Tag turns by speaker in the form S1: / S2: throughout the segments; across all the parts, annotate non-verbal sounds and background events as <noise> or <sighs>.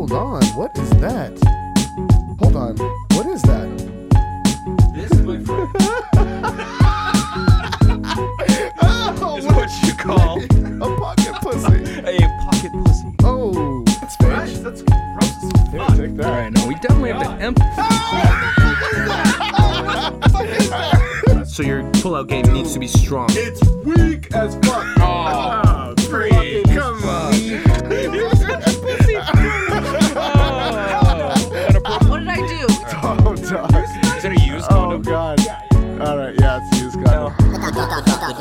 S1: What is that? Hold on. What is that?
S2: This is my friend.
S1: Oh,
S2: is Oh, what you call
S1: a pocket pussy.
S2: a pocket pussy.
S1: Oh, it's fake.
S2: Guys, that's gross as fuck.
S1: Here,
S2: Ah,
S1: take
S3: All
S1: that.
S3: right, now we definitely have to emphasize.
S4: So your pullout game needs to be strong.
S2: It's weak as fuck. Oh, free. Come on. <laughs> You're such a pussy.
S5: What did I do?
S1: Oh, dog.
S2: Is it a used
S1: Oh, God. All right, yeah, it's used condom.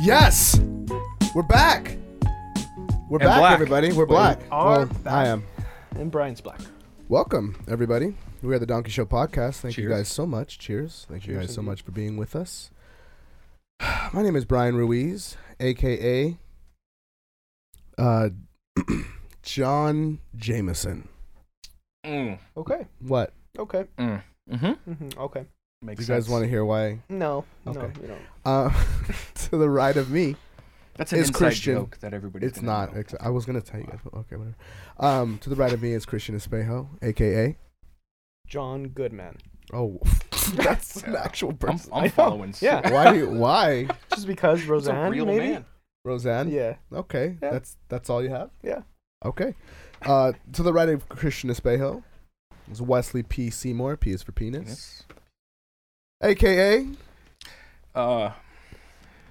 S1: Yes, we're back. We're back,
S2: black.
S1: everybody. We're black.
S2: are
S1: well, I am.
S2: And Brian's black.
S1: Welcome, everybody. We are the Donkey Show podcast. Thank you
S3: Cheers.
S1: guys so much. Cheers. Thank you
S2: Cheers,
S1: guys so
S2: indeed.
S1: much for being with us. <sighs> My name is Brian Ruiz, aka uh, <clears throat> John Jameson.
S3: Mm,
S6: Okay.
S1: What?
S6: Okay.
S3: mm, mm-hmm.
S6: Mhm. Okay.
S3: Makes
S1: You guys want to hear why?
S6: No. No.
S1: Okay.
S6: You know.
S1: Uh, <laughs> to the right of me,
S3: That's an
S1: It's
S3: inside
S1: Christian.
S3: joke that everybody.
S1: it's not. ex- I was gonna tell you guys. but Okay, whatever. Um, to the right of me is Christian Espejo, aka.
S6: John Goodman.
S1: Oh, <laughs> that's an actual
S3: I'm, <laughs>
S1: person.
S3: I'm
S6: know.
S3: following. suit.
S6: Yeah.
S1: Why? do you- Why?
S6: Just <laughs> because
S3: It's a
S6: Roseanne,
S3: real
S6: maybe.
S3: man.
S1: Roseanne.
S6: Yeah.
S1: Okay,
S6: Yeah.
S1: that's that's all you have.
S6: Yeah.
S1: Okay. Uh, to the right of Christian Espejo is Wesley P. Seymour. P is for penis,
S3: Yes.
S1: aka.
S3: Uh,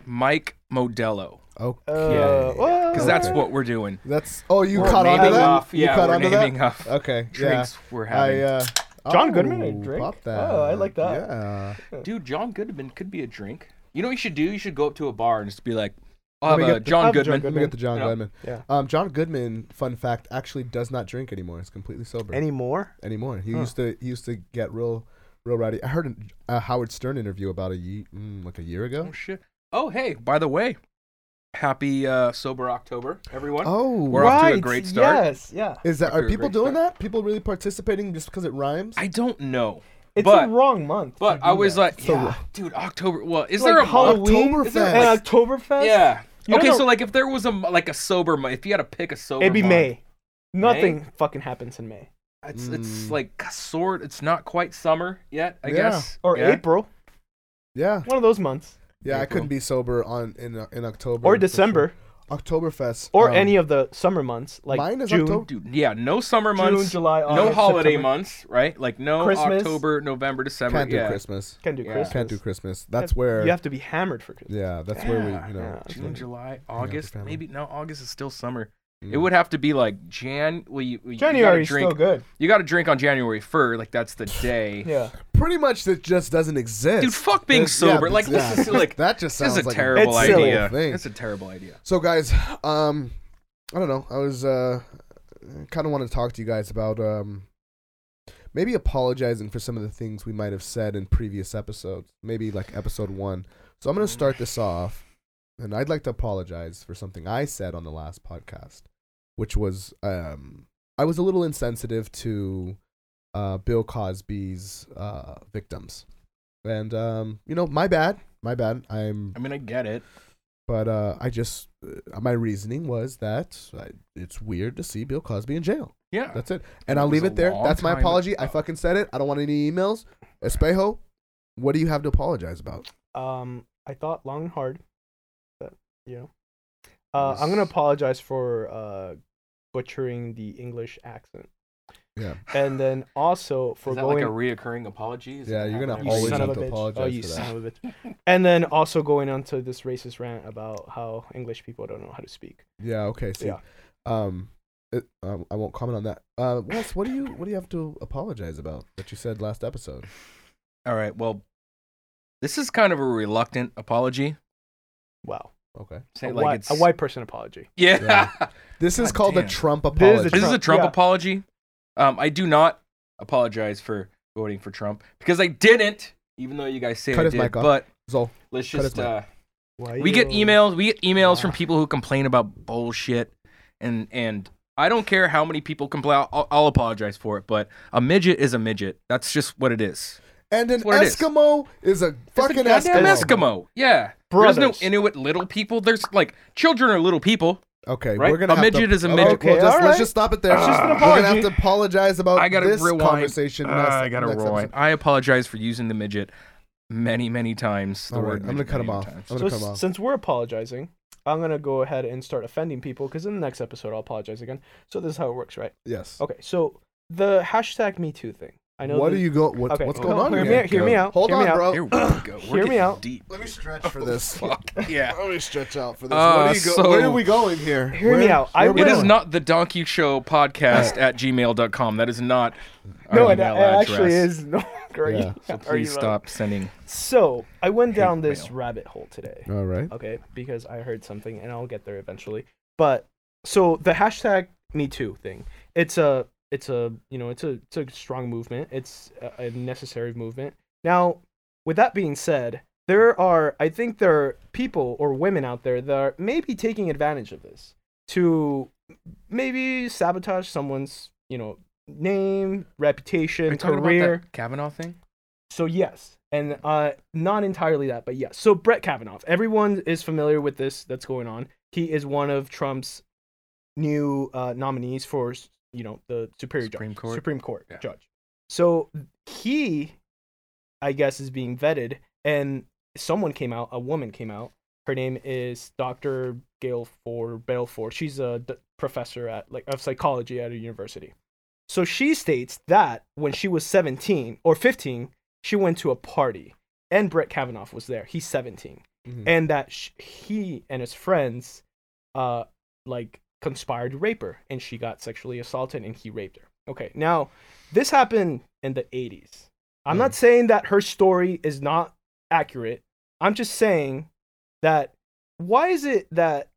S3: Mike Modello,
S1: Oh,
S6: Uh, well,
S3: because that's what we're doing.
S1: that's. Oh, you
S3: we're
S1: caught on to
S3: naming
S1: that.
S3: Off,
S1: you
S3: yeah,
S1: caught
S3: we're
S1: on to
S3: naming
S1: that.
S3: <laughs> off
S1: Okay. Yeah.
S3: drinks we're
S1: I.
S3: having.
S1: Uh,
S6: John
S1: oh,
S6: Goodman, a drink?
S1: pop that.
S6: Oh, I like that.
S1: Yeah.
S3: Dude, John Goodman could be a drink. You know what you should do? You should go up to a bar and just be like,
S1: Let
S3: I'll have
S1: me
S3: a
S1: get the-
S3: John
S6: I'll have a John
S3: Goodman.
S1: Let me get the John
S3: Yeah.
S1: Goodman.
S6: Yeah.
S1: Um, John Goodman, fun fact, actually does not drink anymore. He's completely sober
S6: Any more?
S1: anymore. He
S6: Huh.
S1: used to he used to get real real rowdy. I heard an- a Howard Stern interview about a ye- mm, like a year ago.
S3: Oh, shit. Oh, hey, by the way, happy uh, Sober October, everyone.
S1: Oh,
S3: We're off to a
S6: right.
S3: great start.
S6: Yes. Yeah.
S1: is that
S3: After
S1: are
S3: a
S1: people
S3: great
S1: doing
S3: start.
S1: that? People really participating just because it rhymes?
S3: I don't know.
S6: It's
S3: But-
S6: a wrong month. to
S3: But
S6: do
S3: I was
S6: that.
S3: like,
S1: So-
S3: yeah, dude, October. Well, is
S6: It's
S3: there
S6: like
S3: a month?
S6: Halloween
S1: Oktoberfest.
S6: Is there an
S3: uh,
S6: Oktoberfest?
S3: Yeah.
S6: You
S3: okay,
S6: don't
S3: so
S6: know-
S3: like if there was a m- like a sober month, if you had to pick a sober,
S6: It'd be
S3: month,
S6: May. Nothing fucking happens in May
S3: It's it's
S1: Mm.
S3: like sort. It's not quite summer yet, I
S1: Yeah.
S3: guess.
S6: or
S3: Yeah.
S6: April.
S1: yeah,
S6: One of those months.
S1: yeah. I
S3: April.
S1: couldn't be sober on in uh, in October
S6: Or
S1: for sure.
S6: December.
S1: Oktoberfest
S6: Or
S1: um,
S6: any of the summer months, like
S1: mine is
S6: June,
S1: October.
S3: Dude, yeah, no summer months,
S6: June, July, August,
S3: no holiday
S6: September.
S3: months, right? Like no
S6: Christmas.
S3: October, November, December.
S1: Can't do
S3: yeah.
S1: Christmas.
S6: Can do
S3: Yeah.
S6: Christmas.
S1: Can't do Christmas. That's where.
S6: you have to be hammered for Christmas.
S1: yeah, that's where we. You know,
S6: Yeah.
S1: it's
S3: June,
S1: like-
S3: July,
S1: out with
S3: August,
S1: family.
S3: maybe no. August is still summer. It
S1: Mm.
S3: would have to be like Jan. Well, you, you gotta
S6: January's
S3: drink.
S6: still good.
S3: You got to drink on January 1st. Like that's the day.
S6: Yeah.
S1: pretty much that just doesn't exist.
S3: Dude, fuck being
S1: This- yeah,
S3: sober. like
S1: this-
S3: this is
S1: yeah. <laughs>
S3: like
S1: that just
S3: this
S1: sounds
S3: is a
S1: like
S3: terrible
S6: It's silly.
S3: idea.
S1: thing.
S3: It's a terrible idea.
S1: So guys, um, I don't know. I was uh, kind of want to talk to you guys about um, maybe apologizing for some of the things we might have said in previous episodes. Maybe like episode one. So I'm gonna start this off, and I'd like to apologize for something I said on the last podcast, which was um, I was a little insensitive to uh, Bill Cosby's uh, victims, and um, you know, my bad, my bad. I'm
S3: I mean, I get it.
S1: but uh, I just uh, my reasoning was that I, it's weird to see Bill Cosby in jail.
S3: Yeah.
S1: That's it, and
S3: It
S1: I'll
S3: Uh, was
S1: leave
S3: a
S1: it there.
S3: long
S1: That's my
S3: time
S1: apology. I
S3: ago.
S1: fucking said it. I don't want any emails. Espejo, what do you have to apologize about?
S6: Um, I thought long and hard. But, you know, uh, I'm gonna apologize for uh, butchering the English accent,
S1: Yeah,
S6: and then also for
S3: Is that
S6: going.
S3: like a reoccurring apology? Is
S1: Yeah,
S3: it
S1: you're gonna
S3: happening?
S6: you
S1: always
S6: son
S1: have
S6: of a
S1: to
S6: bitch. Oh,
S1: apologize
S6: you
S1: for that.
S6: son of a bitch. And then also going on to this racist rant about how English people don't know how to speak.
S1: yeah. Okay. See,
S6: Yeah.
S1: um, it, um, I won't comment on that. Uh, Wes, what do you what do you have to apologize about that you said last episode?
S3: All right. Well, this is kind of a reluctant apology.
S6: Wow.
S1: Okay.
S3: Say
S6: a,
S3: like
S6: white,
S3: it's
S6: a white person apology.
S3: Yeah.
S1: Yeah. This is
S3: God
S1: called
S3: damn.
S1: the Trump
S6: This is
S1: apology.
S6: the
S3: This is a
S6: Trump-
S3: Trump
S6: yeah.
S3: apology. Um, I do not apologize for voting for Trump because I didn't, even though you guys say
S1: Cut
S3: I
S1: his
S3: did.
S1: mic off.
S3: But
S1: Zol,
S3: let's
S1: Cut his
S3: just
S1: mic.
S3: uh,
S6: Why
S3: we get
S6: you-
S3: emails. We get emails from
S6: Ah.
S3: people who complain about bullshit, and and I don't care how many people complain. I'll, I'll apologize for it, but a midget is a midget. That's just what it is.
S1: And an
S3: That's what it is.
S1: Eskimo is a
S3: It's a
S1: fucking
S3: goddamn
S1: Eskimo.
S3: Eskimo. Yeah. There's
S6: Brothers.
S3: no Inuit little people. There's like children are little people.
S1: Okay,
S3: Right?
S1: we're gonna
S3: A
S1: have
S3: midget
S1: to,
S3: is a midget.
S1: Okay,
S6: Okay,
S1: let's,
S6: all
S1: let's
S6: right.
S1: just stop it there.
S6: It's just an
S1: We're gonna
S6: apology.
S1: have to apologize about
S3: I gotta
S1: Oh, this
S3: rewind. Uh,
S1: conversation.
S4: Ah,
S1: next-
S4: I gotta
S1: next
S4: rewind.
S1: episode.
S3: I apologize for using the midget many, many times. The
S1: All right,
S3: word
S1: I'm gonna
S3: midget
S1: cut him
S3: many
S1: off.
S3: times.
S1: I'm
S6: So
S1: gonna cut him
S6: s-
S1: off.
S6: since we're apologizing, I'm gonna go ahead and start offending people because in the next episode I'll apologize again. So this is how it works, right?
S1: Yes.
S6: Okay, so the hashtag Me Too thing. I know.
S1: What
S6: the-
S1: are you go? What,
S6: Okay,
S1: What's
S6: no,
S1: going on
S6: Hear
S1: here?
S6: me, hear me out.
S1: Hold
S6: hear
S1: on,
S6: me out.
S1: bro.
S3: Here we go. Oh, We're
S6: Hear me
S3: getting
S6: out.
S3: Deep.
S1: Let me stretch for this.
S3: Fuck. Yeah.
S1: <laughs> Let me stretch out for this.
S3: Uh,
S1: Where do you go-
S3: so-
S1: where are we going here?
S6: Hear me
S1: Where-
S6: out. I
S1: where are we
S3: It is
S1: going?
S3: not the Donkey Show podcast at gmail.com. That is not our
S6: No, it, it
S3: email address.
S6: actually is <laughs> uh, no great.
S1: Yeah.
S6: <laughs>
S3: So please stop sending.
S6: So I went
S3: Hate
S6: down this
S3: mail.
S6: rabbit hole today.
S1: All right.
S6: okay, because I heard something and I'll get there eventually. But so the hashtag Me Too thing, it's a, it's a, you know, it's a, it's a strong movement. It's a, a necessary movement. Now, with that being said, there are, I think there are people or women out there that are maybe taking advantage of this to maybe sabotage someone's, you know, name,
S3: Are you
S6: reputation,
S3: talking about
S6: career.
S3: that Kavanaugh thing?
S6: So yes, and uh, not entirely that, but yes. So Brett Kavanaugh, everyone is familiar with this that's going on. He is one of Trump's new uh, nominees for you know the superior
S3: Supreme
S6: judge,
S3: Court?
S6: Supreme Court
S3: Yeah.
S6: judge. So he, I guess, is being vetted, and someone came out, a woman came out. Her name is Dr. Gail For Balfour. She's a d- professor at like of psychology at a university. So she states that when she was 17 or 15, she went to a party and Brett Kavanaugh was there. He's 17.
S1: Mhm.
S6: And that sh- he and his friends uh like conspired to rape her and she got sexually assaulted and he raped her. Okay. Now, this happened in the 80s. I'm not saying that her story is not accurate. I'm just saying that why is it that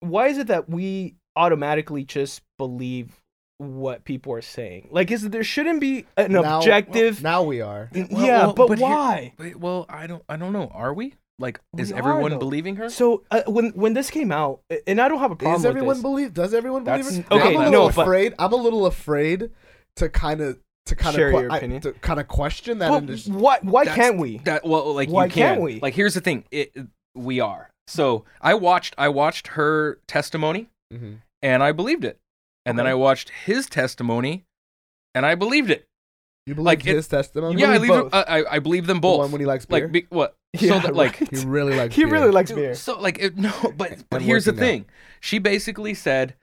S6: why is it that we automatically just believe what people are saying? Like is there shouldn't be an
S1: Now-
S6: objective
S1: Now we are.
S6: N-
S3: Well,
S6: yeah,
S3: well,
S6: but,
S3: but here-
S6: why?
S3: Wait, well, I don't I don't know. Are we? Like is
S6: We are,
S3: everyone
S6: though.
S3: believing her?
S6: So uh, when when this came out, a- and I don't have a problem
S1: Does
S6: with
S1: everyone
S6: this.
S1: believe? Does everyone believe?
S3: That's-
S1: it?
S3: okay,
S1: I'm a
S3: no,
S1: little
S6: but-
S1: afraid. I'm a little afraid to kind of to kind
S6: Share
S1: of
S6: your opinion.
S1: to kind of question that. and
S6: but
S1: just-
S6: why why
S3: That's-
S6: can't we?
S3: That well, like
S6: Why
S3: you can.
S6: can't we?
S3: Like here's the thing. It, we are. So I watched I watched her testimony
S1: Mhm.
S3: and I believed it, and then I watched his testimony, and I believed it.
S1: You believe
S3: Like, it-
S1: his testimony?
S3: yeah, I
S6: believe
S3: believe
S6: both?
S3: I, I, I believe them
S1: The
S3: both.
S1: one when he likes beer.
S3: like be, what?
S6: <laughs> Yeah,
S3: so that, like <laughs>
S6: right.
S1: he really likes.
S6: he
S1: beer.
S6: really likes
S3: Dude,
S6: beer.
S3: So like it, <laughs> no, but but
S1: I'm
S3: here's the
S1: working out.
S3: thing. She basically said,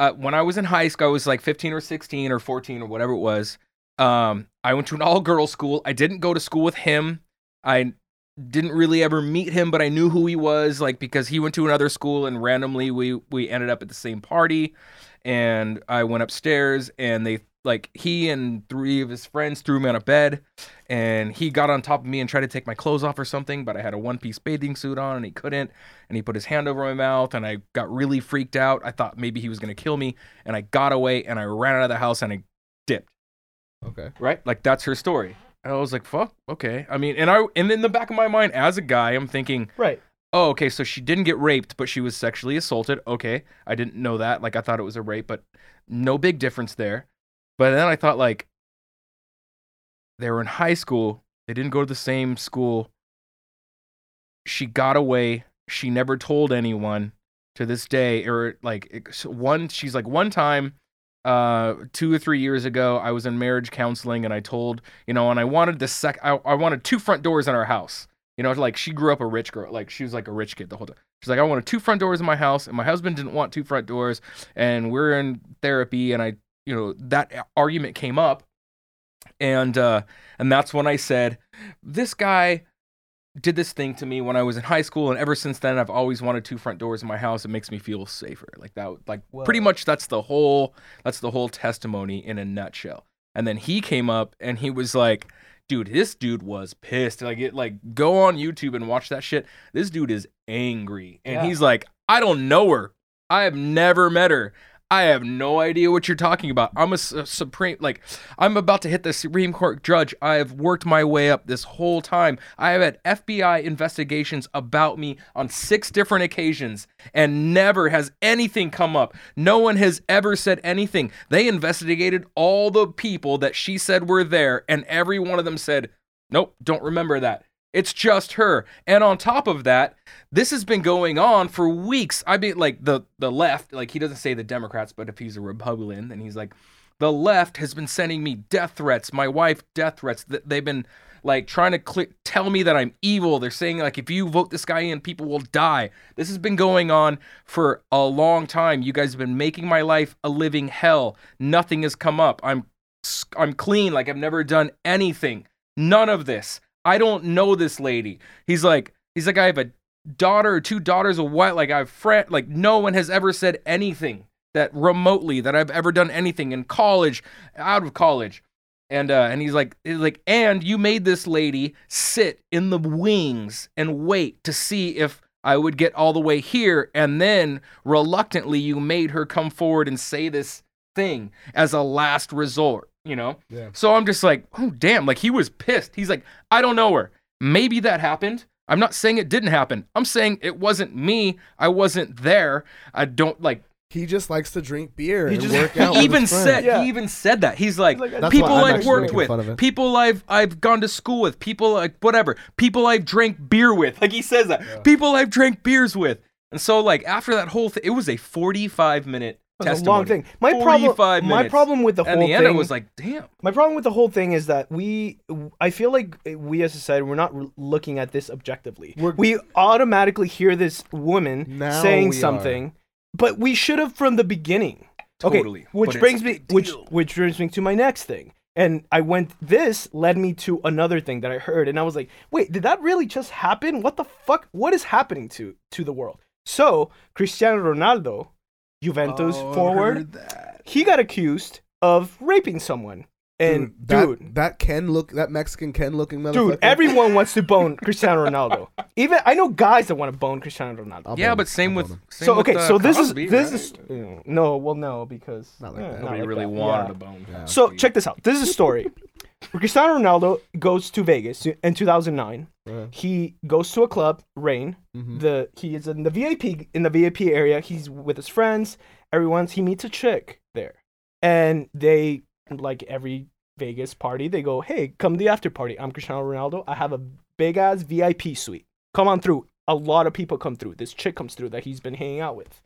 S3: uh, when I was in high school, I was like 15 or 16 or 14 or whatever it was. Um, I went to an all-girls school. I didn't go to school with him. I didn't really ever meet him, but I knew who he was, like because he went to another school and randomly we we ended up at the same party. And I went upstairs and they like he and three of his friends threw me on a bed and he got on top of me and tried to take my clothes off or something, but I had a one-piece bathing suit on and he couldn't. And he put his hand over my mouth and I got really freaked out. I thought maybe he was gonna kill me, and I got away and I ran out of the house and I dipped.
S1: Okay.
S3: Right? Like that's her story. And I was like, fuck, okay. I mean, and I and in the back of my mind as a guy, I'm thinking,
S6: Right.
S3: oh, okay, so she didn't get raped, but she was sexually assaulted. Okay, I didn't know that. Like, I thought it was a rape, but no big difference there. But then I thought, like, they were in high school, they didn't go to the same school. She got away. She never told anyone to this day. Or, like, it- one, she's like, one time, uh, two or three years ago, I was in marriage counseling and I told, you know, and I wanted the sec, I, I wanted two front doors in our house. You know, like she grew up a rich girl. Like she was like a rich kid the whole time. She's like, I wanted two front doors in my house, and my husband didn't want two front doors. And we're in therapy, and I, you know, that argument came up, and uh, and that's when I said, this guy did this thing to me when I was in high school, and ever since then, I've always wanted two front doors in my house. It makes me feel safer. Like that. Like pretty
S6: Whoa.
S3: much that's the whole that's the whole testimony in a nutshell. And then he came up and he was like dude, this dude was pissed. Like, it, like go on YouTube and watch that shit. This dude is angry, and
S6: Yeah.
S3: he's like, I don't know her. I have never met her. I have no idea what you're talking about. I'm a, su- supreme, like, I'm about to hit the Supreme Court judge. I have worked my way up this whole time. I have had FBI investigations about me on six different occasions, and never has anything come up. No one has ever said anything. They investigated all the people that she said were there, and every one of them said, Nope, don't remember that. It's just her. And on top of that, this has been going on for weeks. I mean, like the the left, like he doesn't say the Democrats, but if he's a Republican, then he's like, the left has been sending me death threats. My wife, death threats. Th- They've been like trying to cl- tell me that I'm evil. They're saying like, if you vote this guy in, people will die. This has been going on for a long time. You guys have been making my life a living hell. Nothing has come up. I'm s- I'm clean. Like I've never done anything. None of this. I don't know this lady. He's like, he's like, I have a daughter, two daughters, a wife. Like I've friend. Like no one has ever said anything that remotely that I've ever done anything in college, out of college. And uh, and he's like, he's like, and you made this lady sit in the wings and wait to see if I would get all the way here, and then reluctantly you made her come forward and say this thing as a last resort, you know.
S1: Yeah.
S3: So I'm just like, oh damn, like he was pissed. He's like, I don't know her. Maybe that happened. I'm not saying it didn't happen. I'm saying it wasn't me. I wasn't there. I don't like
S1: He just likes to drink beer
S6: He
S1: and
S6: just-
S1: work out.
S3: he
S1: with
S3: even
S1: his friends.
S3: said
S6: Yeah.
S3: he even said that. He's like,
S6: He's like,
S1: That's
S3: people
S1: why I'm
S3: I've
S1: actually
S3: worked
S1: making
S3: with,
S1: fun of it.
S3: people I've I've gone to school with, people like whatever, people I've drank beer with. Like he says that. People I've drank beers with. And so like after that whole thing, it was a 45 minute
S6: That was a
S3: testimony.
S6: long thing. My
S3: 45
S6: problem. My
S3: minutes.
S6: problem with the
S3: And
S6: whole
S3: the end, I
S6: thing
S3: was like, damn.
S6: My problem with the whole thing is that we, I feel like we as a society, we're not re- looking at this objectively.
S1: We're-
S6: we automatically hear this woman
S1: Now
S6: saying
S1: we are.
S6: something, but we should have from the beginning.
S3: Totally,
S6: Okay, which
S3: but
S6: brings
S3: it's a
S6: me,
S3: big
S6: which
S3: deal.
S6: which brings me to my next thing. And I went. This led me to another thing that I heard, and I was like, "Wait, did that really just happen? What the fuck? What is happening to to the world?" So Cristiano Ronaldo, Juventus
S1: Oh,
S3: Oh,
S6: forward, he got accused of raping someone. And dude,
S1: that,
S6: dude,
S1: that Ken look, that Mexican Ken looking motherfucker.
S6: everyone wants to bone Cristiano Ronaldo. Even I know guys that want to bone Cristiano Ronaldo.
S1: I'll
S3: Yeah,
S1: bone
S3: but
S1: him.
S3: same
S1: I'll
S3: with
S1: bone him.
S3: same
S6: So
S3: with,
S6: okay,
S3: uh,
S6: so this
S3: Cosby,
S6: is this
S3: right?
S6: is mm, no, well, no, because
S1: Not like
S6: eh,
S1: that.
S6: not
S1: Nobody
S3: Nobody
S6: like
S3: really
S6: that.
S3: wanted
S6: Yeah.
S3: a bone.
S6: So check this out. This is a story. Cristiano Ronaldo goes to Vegas in 2009.
S1: Uh-huh.
S6: He goes to a club, Rain.
S1: Mm-hmm.
S6: The he is in the VIP in the VIP area. He's with his friends. Everyone's he meets a chick there, and they like every Vegas party. They go, hey, come to the after party. I'm Cristiano Ronaldo. I have a big ass VIP suite. Come on through. A lot of people come through. This chick comes through that he's been hanging out with.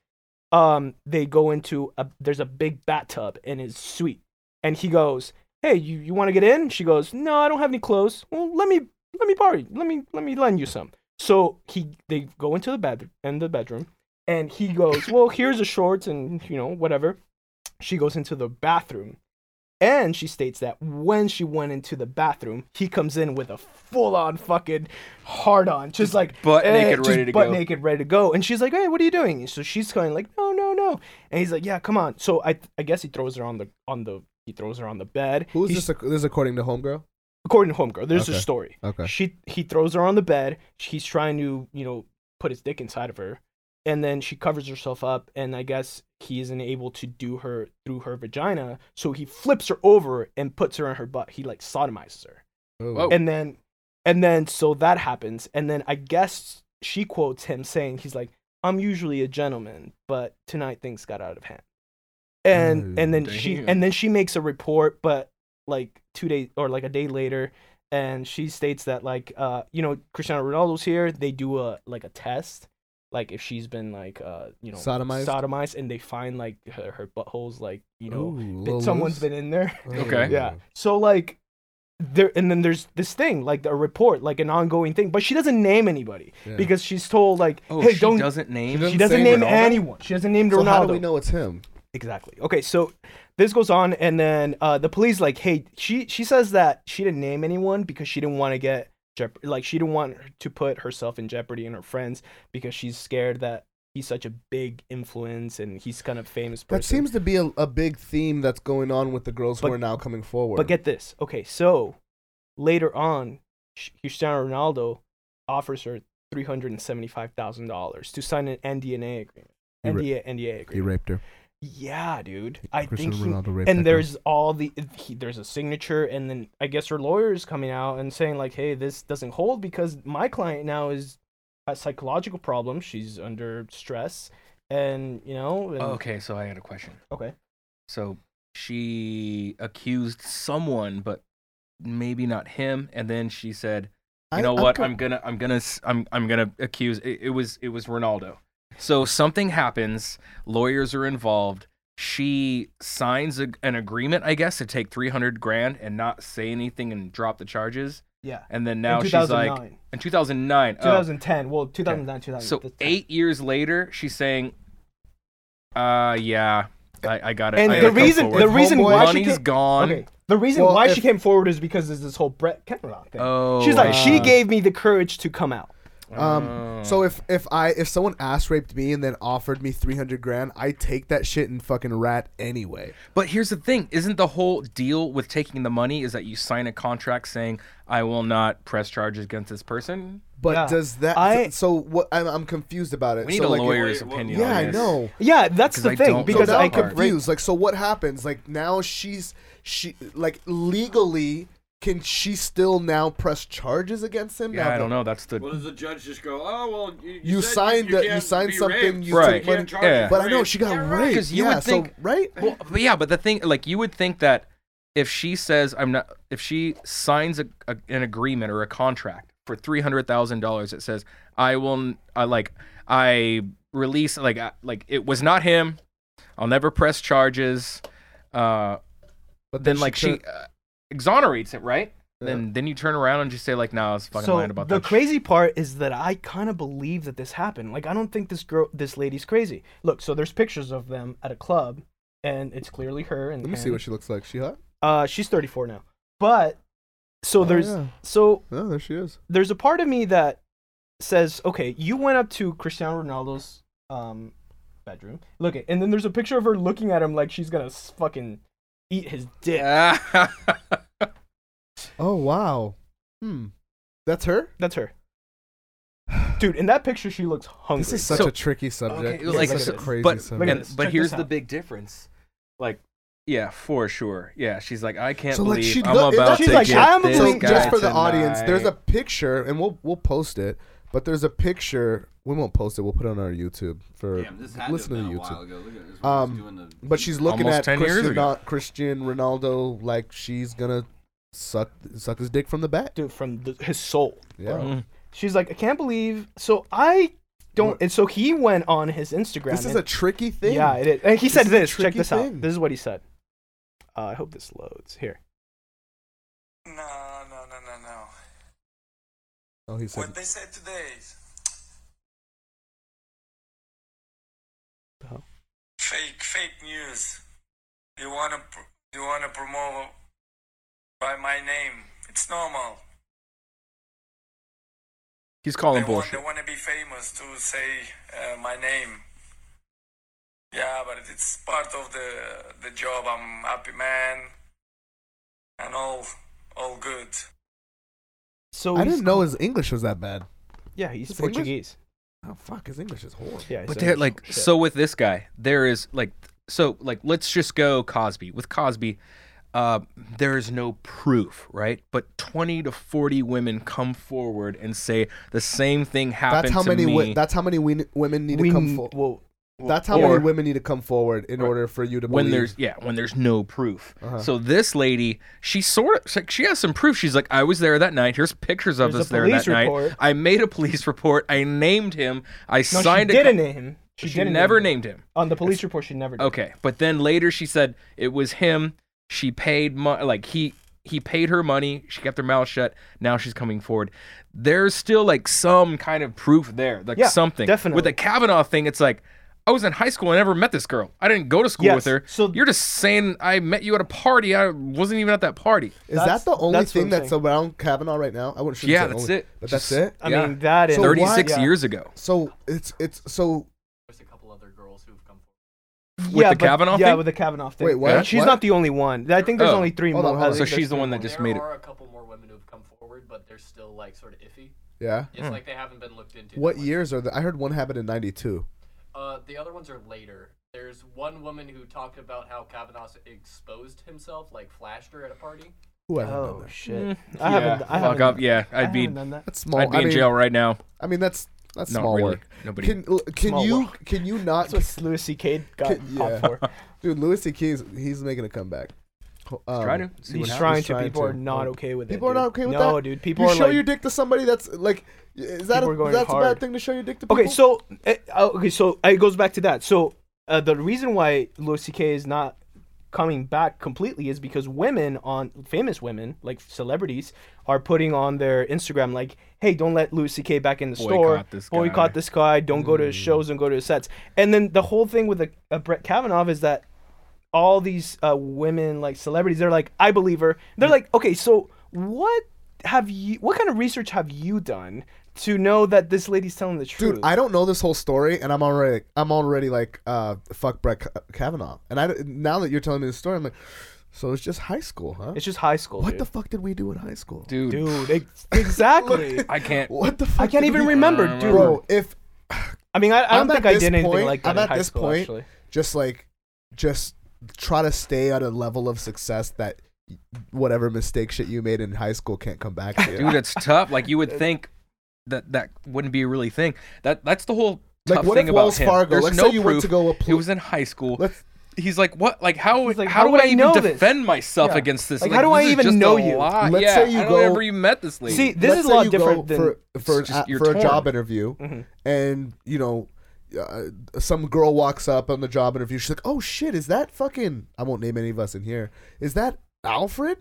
S6: Um, they go into a there's a big bathtub in his suite and he goes, "Hey, you, you want to get in?" She goes, "No, I don't have any clothes." Well, let me let me borrow. you. Let me let me lend you some. So he they go into the bed in the bedroom, and he goes, "Well, here's the shorts and you know whatever." She goes into the bathroom, and she states that when she went into the bathroom, he comes in with a full on fucking hard on, just like
S3: butt
S6: eh,
S3: naked,
S6: just
S3: ready to
S6: butt
S3: go.
S6: naked, ready to go. And she's like, "Hey, what are you doing?" And so she's kind of like, "No, no, no." And he's like, "Yeah, come on." So I, I guess he throws her on the on the he throws her on the bed.
S1: Who's
S6: He's-
S1: this? This is according to Homegirl.
S6: According to Homegirl, there's a
S1: Okay.
S6: story.
S1: Okay.
S6: She he throws her on the bed. He's trying to you know put his dick inside of her, and then she covers herself up. And I guess he isn't able to do her through her vagina, so he flips her over and puts her in her butt. He like sodomizes her
S1: Oh.
S3: Whoa.
S6: and then and then so that happens and then i guess she quotes him saying he's like i'm usually a gentleman but tonight things got out of hand and
S1: Oh,
S6: and then she
S3: damn.
S6: and then she makes a report but like two days or like a day later and she states that like uh you know cristiano ronaldo's here they do a like a test like if she's been like uh you know
S1: Sodomized?
S6: sodomized and they find like her, her buttholes like you know
S1: Ooh,
S6: that
S1: Lil Oh,
S6: someone's
S1: Loose?
S6: been in there
S3: Okay.
S6: yeah. So like there and then there's this thing, like a report, like an ongoing thing, but she doesn't name anybody
S1: Yeah.
S6: because she's told like,
S3: Oh,
S6: hey,
S3: she
S6: don't
S3: doesn't name.
S1: doesn't
S6: she doesn't
S1: say
S6: name
S1: Ronaldo?
S6: anyone. She doesn't name
S1: So
S6: Ronaldo.
S1: how do we know it's him?
S6: Exactly. Okay, so this goes on and then uh the police like, hey, she she says that she didn't name anyone because she didn't want to get jeop- like she didn't want to put herself in jeopardy and her friends because she's scared that he's such a big influence and he's kind of famous person.
S1: That seems to be a, a big theme that's going on with the girls
S6: But-
S1: who are now coming forward.
S6: But get this. Okay, so later on, Sh- Cristiano Ronaldo offers her three hundred and seventy-five thousand dollars to sign an NDA agreement.
S1: He ra-
S6: NDA NDA
S1: he
S6: agreement.
S1: raped her.
S6: yeah, dude. I think
S1: Cristiano
S6: he,
S1: Ronaldo raped that girl.
S6: and there's all the he, there's a signature, and then I guess her lawyer is coming out and saying like, hey, this doesn't hold because my client now is a psychological problem. She's under stress, and you know. And,
S3: Oh, Okay, so I had a question.
S6: Okay.
S3: So she accused someone, but maybe not him. And then she said,
S1: I-
S3: you know
S1: I'm
S3: what?
S1: co-
S3: I'm gonna, I'm gonna, s- I'm, I'm gonna accuse. It, it was, it was Ronaldo. So something happens. Lawyers are involved. She signs a, an agreement, I guess, to take 300 grand and not say anything and drop the charges.
S6: Yeah.
S3: And then
S6: In
S3: now she's like,
S6: 2009.
S3: in 2009. oh.
S6: 2010. Well, 2009, 2000.
S3: so eight years later, she's saying, uh, yeah, I, I got it.
S6: And
S3: I
S6: the
S3: gotta come
S6: reason,
S3: forward.
S6: the reason
S1: Homeboy-
S6: why she
S3: money's
S6: came,
S3: gone.
S6: okay, the reason
S1: Well,
S6: why
S1: if-
S6: she came forward is because there's this whole Brett Kavanaugh thing.
S3: Oh,
S6: She's like, she
S3: uh,
S6: gave me the courage to come out.
S1: Um,
S3: Oh.
S1: So if if I if someone ass raped me and then offered me three hundred grand, I take that shit and fucking rat anyway.
S3: But here's the thing: isn't the whole deal with taking the money is that you sign a contract saying I will not press charges against this person?
S1: But
S6: Yeah.
S1: does that?
S6: I-
S1: so what? I'm, I'm confused about it.
S3: We need
S1: so
S3: a
S1: like,
S3: lawyer's
S2: wait, wait,
S3: opinion.
S1: Yeah,
S3: on
S1: I
S3: this.
S1: know.
S6: Yeah, that's the
S3: I
S6: thing
S3: don't-
S6: because
S1: so now
S6: I
S1: I'm
S6: could.
S1: confused. Like, so what happens? Like now she's she like legally can she still now press charges against him?
S3: Yeah,
S1: now
S3: I don't
S1: that-
S3: know. That's the
S2: Well, does the judge just go? Oh well, you,
S1: You
S2: said
S1: signed
S2: you
S1: a- you
S2: can't
S1: signed
S2: be
S1: something,
S2: raped,
S1: you
S3: Right.
S2: can't
S1: took money-
S2: charge you
S3: Yeah.
S2: for
S1: But I know
S2: rape."
S1: she got
S2: Yeah, right.
S1: raped.
S3: 'Cause you
S1: yeah,
S3: would think-
S1: so, right?
S3: well, but yeah, but the thing, like, you would think that if she says I'm not, if she signs a, a, an agreement or a contract for three hundred thousand dollars, it says I will, n- I like, I release, like, I, like it was not him. I'll never press charges. Uh,
S1: But
S3: then like she
S1: took-
S3: uh, exonerates it, right? Then then you turn around and just say like, "Nah, I was fucking
S6: So
S3: lying about
S6: the
S3: that." shit." <laughs>
S6: crazy part is that I kind of believe that this happened. Like I don't think this girl, this lady's crazy. Look, so there's pictures of them at a club, and it's clearly her. And
S1: Let me see what she looks like. She hot?
S6: Uh, she's 34 now, but so
S1: Oh,
S6: there's
S1: yeah.
S6: so
S1: Oh, there she is.
S6: there's a part of me that says, okay, you went up to Cristiano Ronaldo's um bedroom. Look at, and then there's a picture of her looking at him like she's gonna s- fucking eat his dick.
S1: Oh wow. Hmm. That's her.
S6: That's her. Dude, in that picture, she looks hungry.
S1: This is such
S3: So-
S1: a tricky subject.
S3: Okay,
S1: This is
S3: like,
S1: such
S3: so-
S1: a crazy
S3: but
S1: subject.
S6: at
S3: and-
S6: this.
S3: but
S6: Check
S3: here's
S6: this out.
S3: the big difference, like. Yeah, for sure. Yeah, she's like, I can't
S1: So, like,
S3: believe
S1: she
S3: I'm
S1: look-
S3: about
S6: she's
S3: to
S6: like,
S3: get
S6: I'm
S3: this
S1: so
S6: doing-
S3: guy
S1: just for the audience,
S3: tonight.
S1: there's a picture, and we'll we'll post it. But there's a picture. We won't post it. We'll put it on our YouTube for
S2: Damn, this had
S1: listen
S2: to,
S1: to
S2: have
S1: the
S2: been a while
S1: YouTube.
S2: ago. Look at this. when I was doing
S1: Um,
S2: the-
S1: but she's looking
S3: Almost
S1: at
S3: 10 years
S1: Christian,
S3: ago.
S1: Ron- Christian Ronaldo like she's gonna suck suck his dick from the back.
S6: dude from the, his soul.
S1: Yeah.
S3: Mm.
S6: She's like, I can't believe. So I don't. And so he went on his Instagram.
S1: This is
S6: and-
S1: a tricky thing.
S6: Yeah, it is. And he
S1: This
S6: said
S1: is a
S6: this. Check
S1: tricky
S6: this
S1: thing.
S6: out. This is what he said. Uh, I hope this loads here.
S7: No, no, no, no, no.
S1: Oh, he said.
S7: What they said today is
S6: The
S1: Oh.
S6: hell?
S7: fake, fake news. You wanna, pr- you wanna promote by my name? It's normal.
S3: He's calling
S7: they want,
S3: bullshit.
S7: they want to be famous to say uh, my name. Yeah, but it's part of the the job. I'm happy man, and all, all good.
S6: So
S1: I
S6: he's
S1: didn't know
S6: call-
S1: his English was that bad.
S6: Yeah, he's
S1: It's English?
S6: Portuguese.
S1: Oh fuck, his English is horrible.
S6: Yeah, he's
S3: But
S6: English.
S3: they're like,
S6: Shit.
S3: so with this guy, there is like, so like, let's just go Cosby. With Cosby, uh, there is no proof, right? But twenty to forty women come forward and say the same thing happened
S1: That's how
S3: to
S1: many.
S3: me.
S1: Wi- that's how many we, women need
S6: We
S1: to come.
S6: n-
S1: forward.
S6: well,
S1: that's how
S3: or-
S1: many women need to come forward in order for you to
S3: when
S1: believe.
S3: there's yeah, when there's no proof.
S1: Uh-huh.
S3: So this lady, she sort of like, she has some proof. She's like, I was there that night. Here's pictures of
S6: There's
S3: us
S6: a
S3: there that
S6: police report.
S3: night. I made a police <laughs> report. I named him. I
S6: no,
S3: signed.
S6: she
S3: a co-
S6: didn't name him. She,
S3: she
S6: didn't
S3: never
S6: name him.
S3: named him.
S6: On the police report, she never did.
S3: Okay, but then later she said it was him. She paid money, like he he paid her money. She kept her mouth shut. Now she's coming forward. There's still like some kind of proof there, like
S6: Yeah,
S3: something.
S6: definitely.
S3: With the Kavanaugh thing, it's like I was in high school and I never met this girl. I didn't go to school
S6: Yes,
S3: with her.
S6: so-
S3: So you're just saying I met you at a party. I wasn't even at that party.
S1: Is
S6: That's-
S1: that the only
S6: that's what
S1: thing
S6: I'm
S1: that's
S6: saying.
S1: around Kavanaugh right now? I wouldn't. shouldn't
S3: Yeah,
S1: say
S3: that's
S1: only,
S3: it.
S1: But
S3: Just-
S1: that's it.
S6: I
S3: Yeah.
S6: mean, that is
S1: So why-
S3: Thirty six
S6: yeah.
S3: years ago
S1: So it's it's so
S3: with
S6: yeah,
S3: the
S6: but-
S3: Kavanaugh
S6: Yeah,
S3: thing.
S6: with the Kavanaugh thing.
S1: Wait, what?
S6: She's
S1: What?
S6: not the only one. I think there's
S3: Oh.
S6: only three
S1: Hold on,
S6: more.
S1: hold
S6: I
S1: on.
S3: so
S6: think there's
S3: she's the
S6: three
S3: one
S6: more.
S3: that just made it.
S8: There are a couple more women who have come forward, but they're still like sort of iffy.
S1: yeah.
S3: Hmm.
S8: It's like they haven't been looked into. that
S1: What
S8: much.
S1: years are the? I heard one happened in '92.
S8: Uh, the other ones are later. There's one woman who talked about how Kavanaugh exposed himself, like flashed her at a party.
S2: <laughs>
S1: Who I haven't done
S6: Oh
S1: that.
S6: shit!
S3: Mm,
S6: I haven't.
S3: yeah,
S6: I
S3: fuck
S6: haven't.
S3: up. Yeah,
S6: I
S3: I'd be
S6: haven't done <laughs> that.
S1: That's small.
S3: I'd be
S1: I
S3: in
S1: mean,
S3: jail right now.
S1: I mean, that's that's
S3: Not
S1: small
S3: really.
S1: work.
S3: Nobody.
S1: Can l- can
S6: Small
S1: you
S6: work.
S1: can you not?
S6: That's what Louis C.K. got
S1: Kid-
S6: popped
S1: yeah.
S6: for.
S1: Dude, Louis C.K. is he's making a comeback. Um,
S3: Try to see what
S6: He's
S3: happens.
S6: trying
S1: He's
S6: to.
S1: trying
S6: People
S1: to.
S6: are not okay with it.
S1: People are
S6: dude.
S1: not okay with
S6: No,
S1: that?
S6: dude. People
S1: you
S6: are
S1: show
S6: like,
S1: your dick to somebody that's like, is that
S6: People are
S1: a,
S6: going
S1: that's a
S6: hard.
S1: bad thing to show your dick to people?
S6: Okay, so eh, uh, okay, so it goes back to that. So uh, the reason why Louis C.K. is not coming back completely is because women on famous women like celebrities are putting on their Instagram like, "Hey, don't let Louis C.K. back in the store.
S3: Boycott this guy." Mm.
S6: Boycott this guy. Don't go to his shows. Don't go to his sets." And then the whole thing with a, a Brett Kavanaugh is that all these uh, women like celebrities they're like i believe her
S3: Mm.
S6: they're like okay so what have you what kind of research have you done to know that this lady's telling the truth
S1: Dude, I don't know this whole story, and I'm already, I'm already like, uh, fuck Brett Ka- Kavanaugh. And I, now that you're telling me this story, I'm like, so it's just high school, huh?
S6: it's just high school
S1: what
S6: dude.
S1: the fuck did we do in high school,
S3: dude.
S6: dude ex-
S1: <laughs>
S6: exactly
S3: I can't.
S1: What the fuck?
S6: i can't
S1: did
S6: even
S1: we-
S6: remember
S3: Uh,
S6: dude
S1: bro. If
S6: i mean i, I
S1: I'm
S6: don't
S1: at
S6: think i
S1: this
S6: did anything
S1: point-
S6: like that
S1: I'm
S6: in
S1: at
S6: high
S1: this
S6: school,
S1: point-
S6: actually.
S1: just like, just try to stay at a level of success that whatever mistake shit you made in high school can't come back to you.
S3: <laughs> dude it's tough
S1: <laughs>
S3: like you would think that that wouldn't be a really thing that that's the whole
S1: Like,
S3: tough
S1: what
S3: thing
S1: if
S3: about
S1: Wells
S3: him.
S1: Fargo-
S3: There's
S1: let's
S3: no
S1: say you
S3: proof.
S1: went to go appl-
S3: it was in high school
S1: Let's-
S3: he's like what like how
S6: He's like,
S3: how,
S6: how
S3: do
S6: would
S3: i
S6: I
S3: even
S6: know this?
S3: defend myself
S6: Yeah.
S3: against this
S6: Like, how do
S3: this
S6: I
S3: is
S6: even
S3: just
S6: know
S3: a
S6: you?
S3: lie.
S1: Let's
S3: yeah,
S1: say you
S3: I don't
S1: go-
S3: ever you met this lady
S6: see this
S1: Let's
S6: is a
S1: say
S6: lot
S1: you go
S6: different than
S1: for for,
S3: It's just-
S1: a,
S3: you're
S1: for a job
S3: torn.
S1: interview,
S6: Mm-hmm.
S1: and you know, uh, some girl walks up on the job interview. She's like, "Oh shit, is that fucking? I won't name any of us in here. Is that
S6: <laughs>
S1: Alfred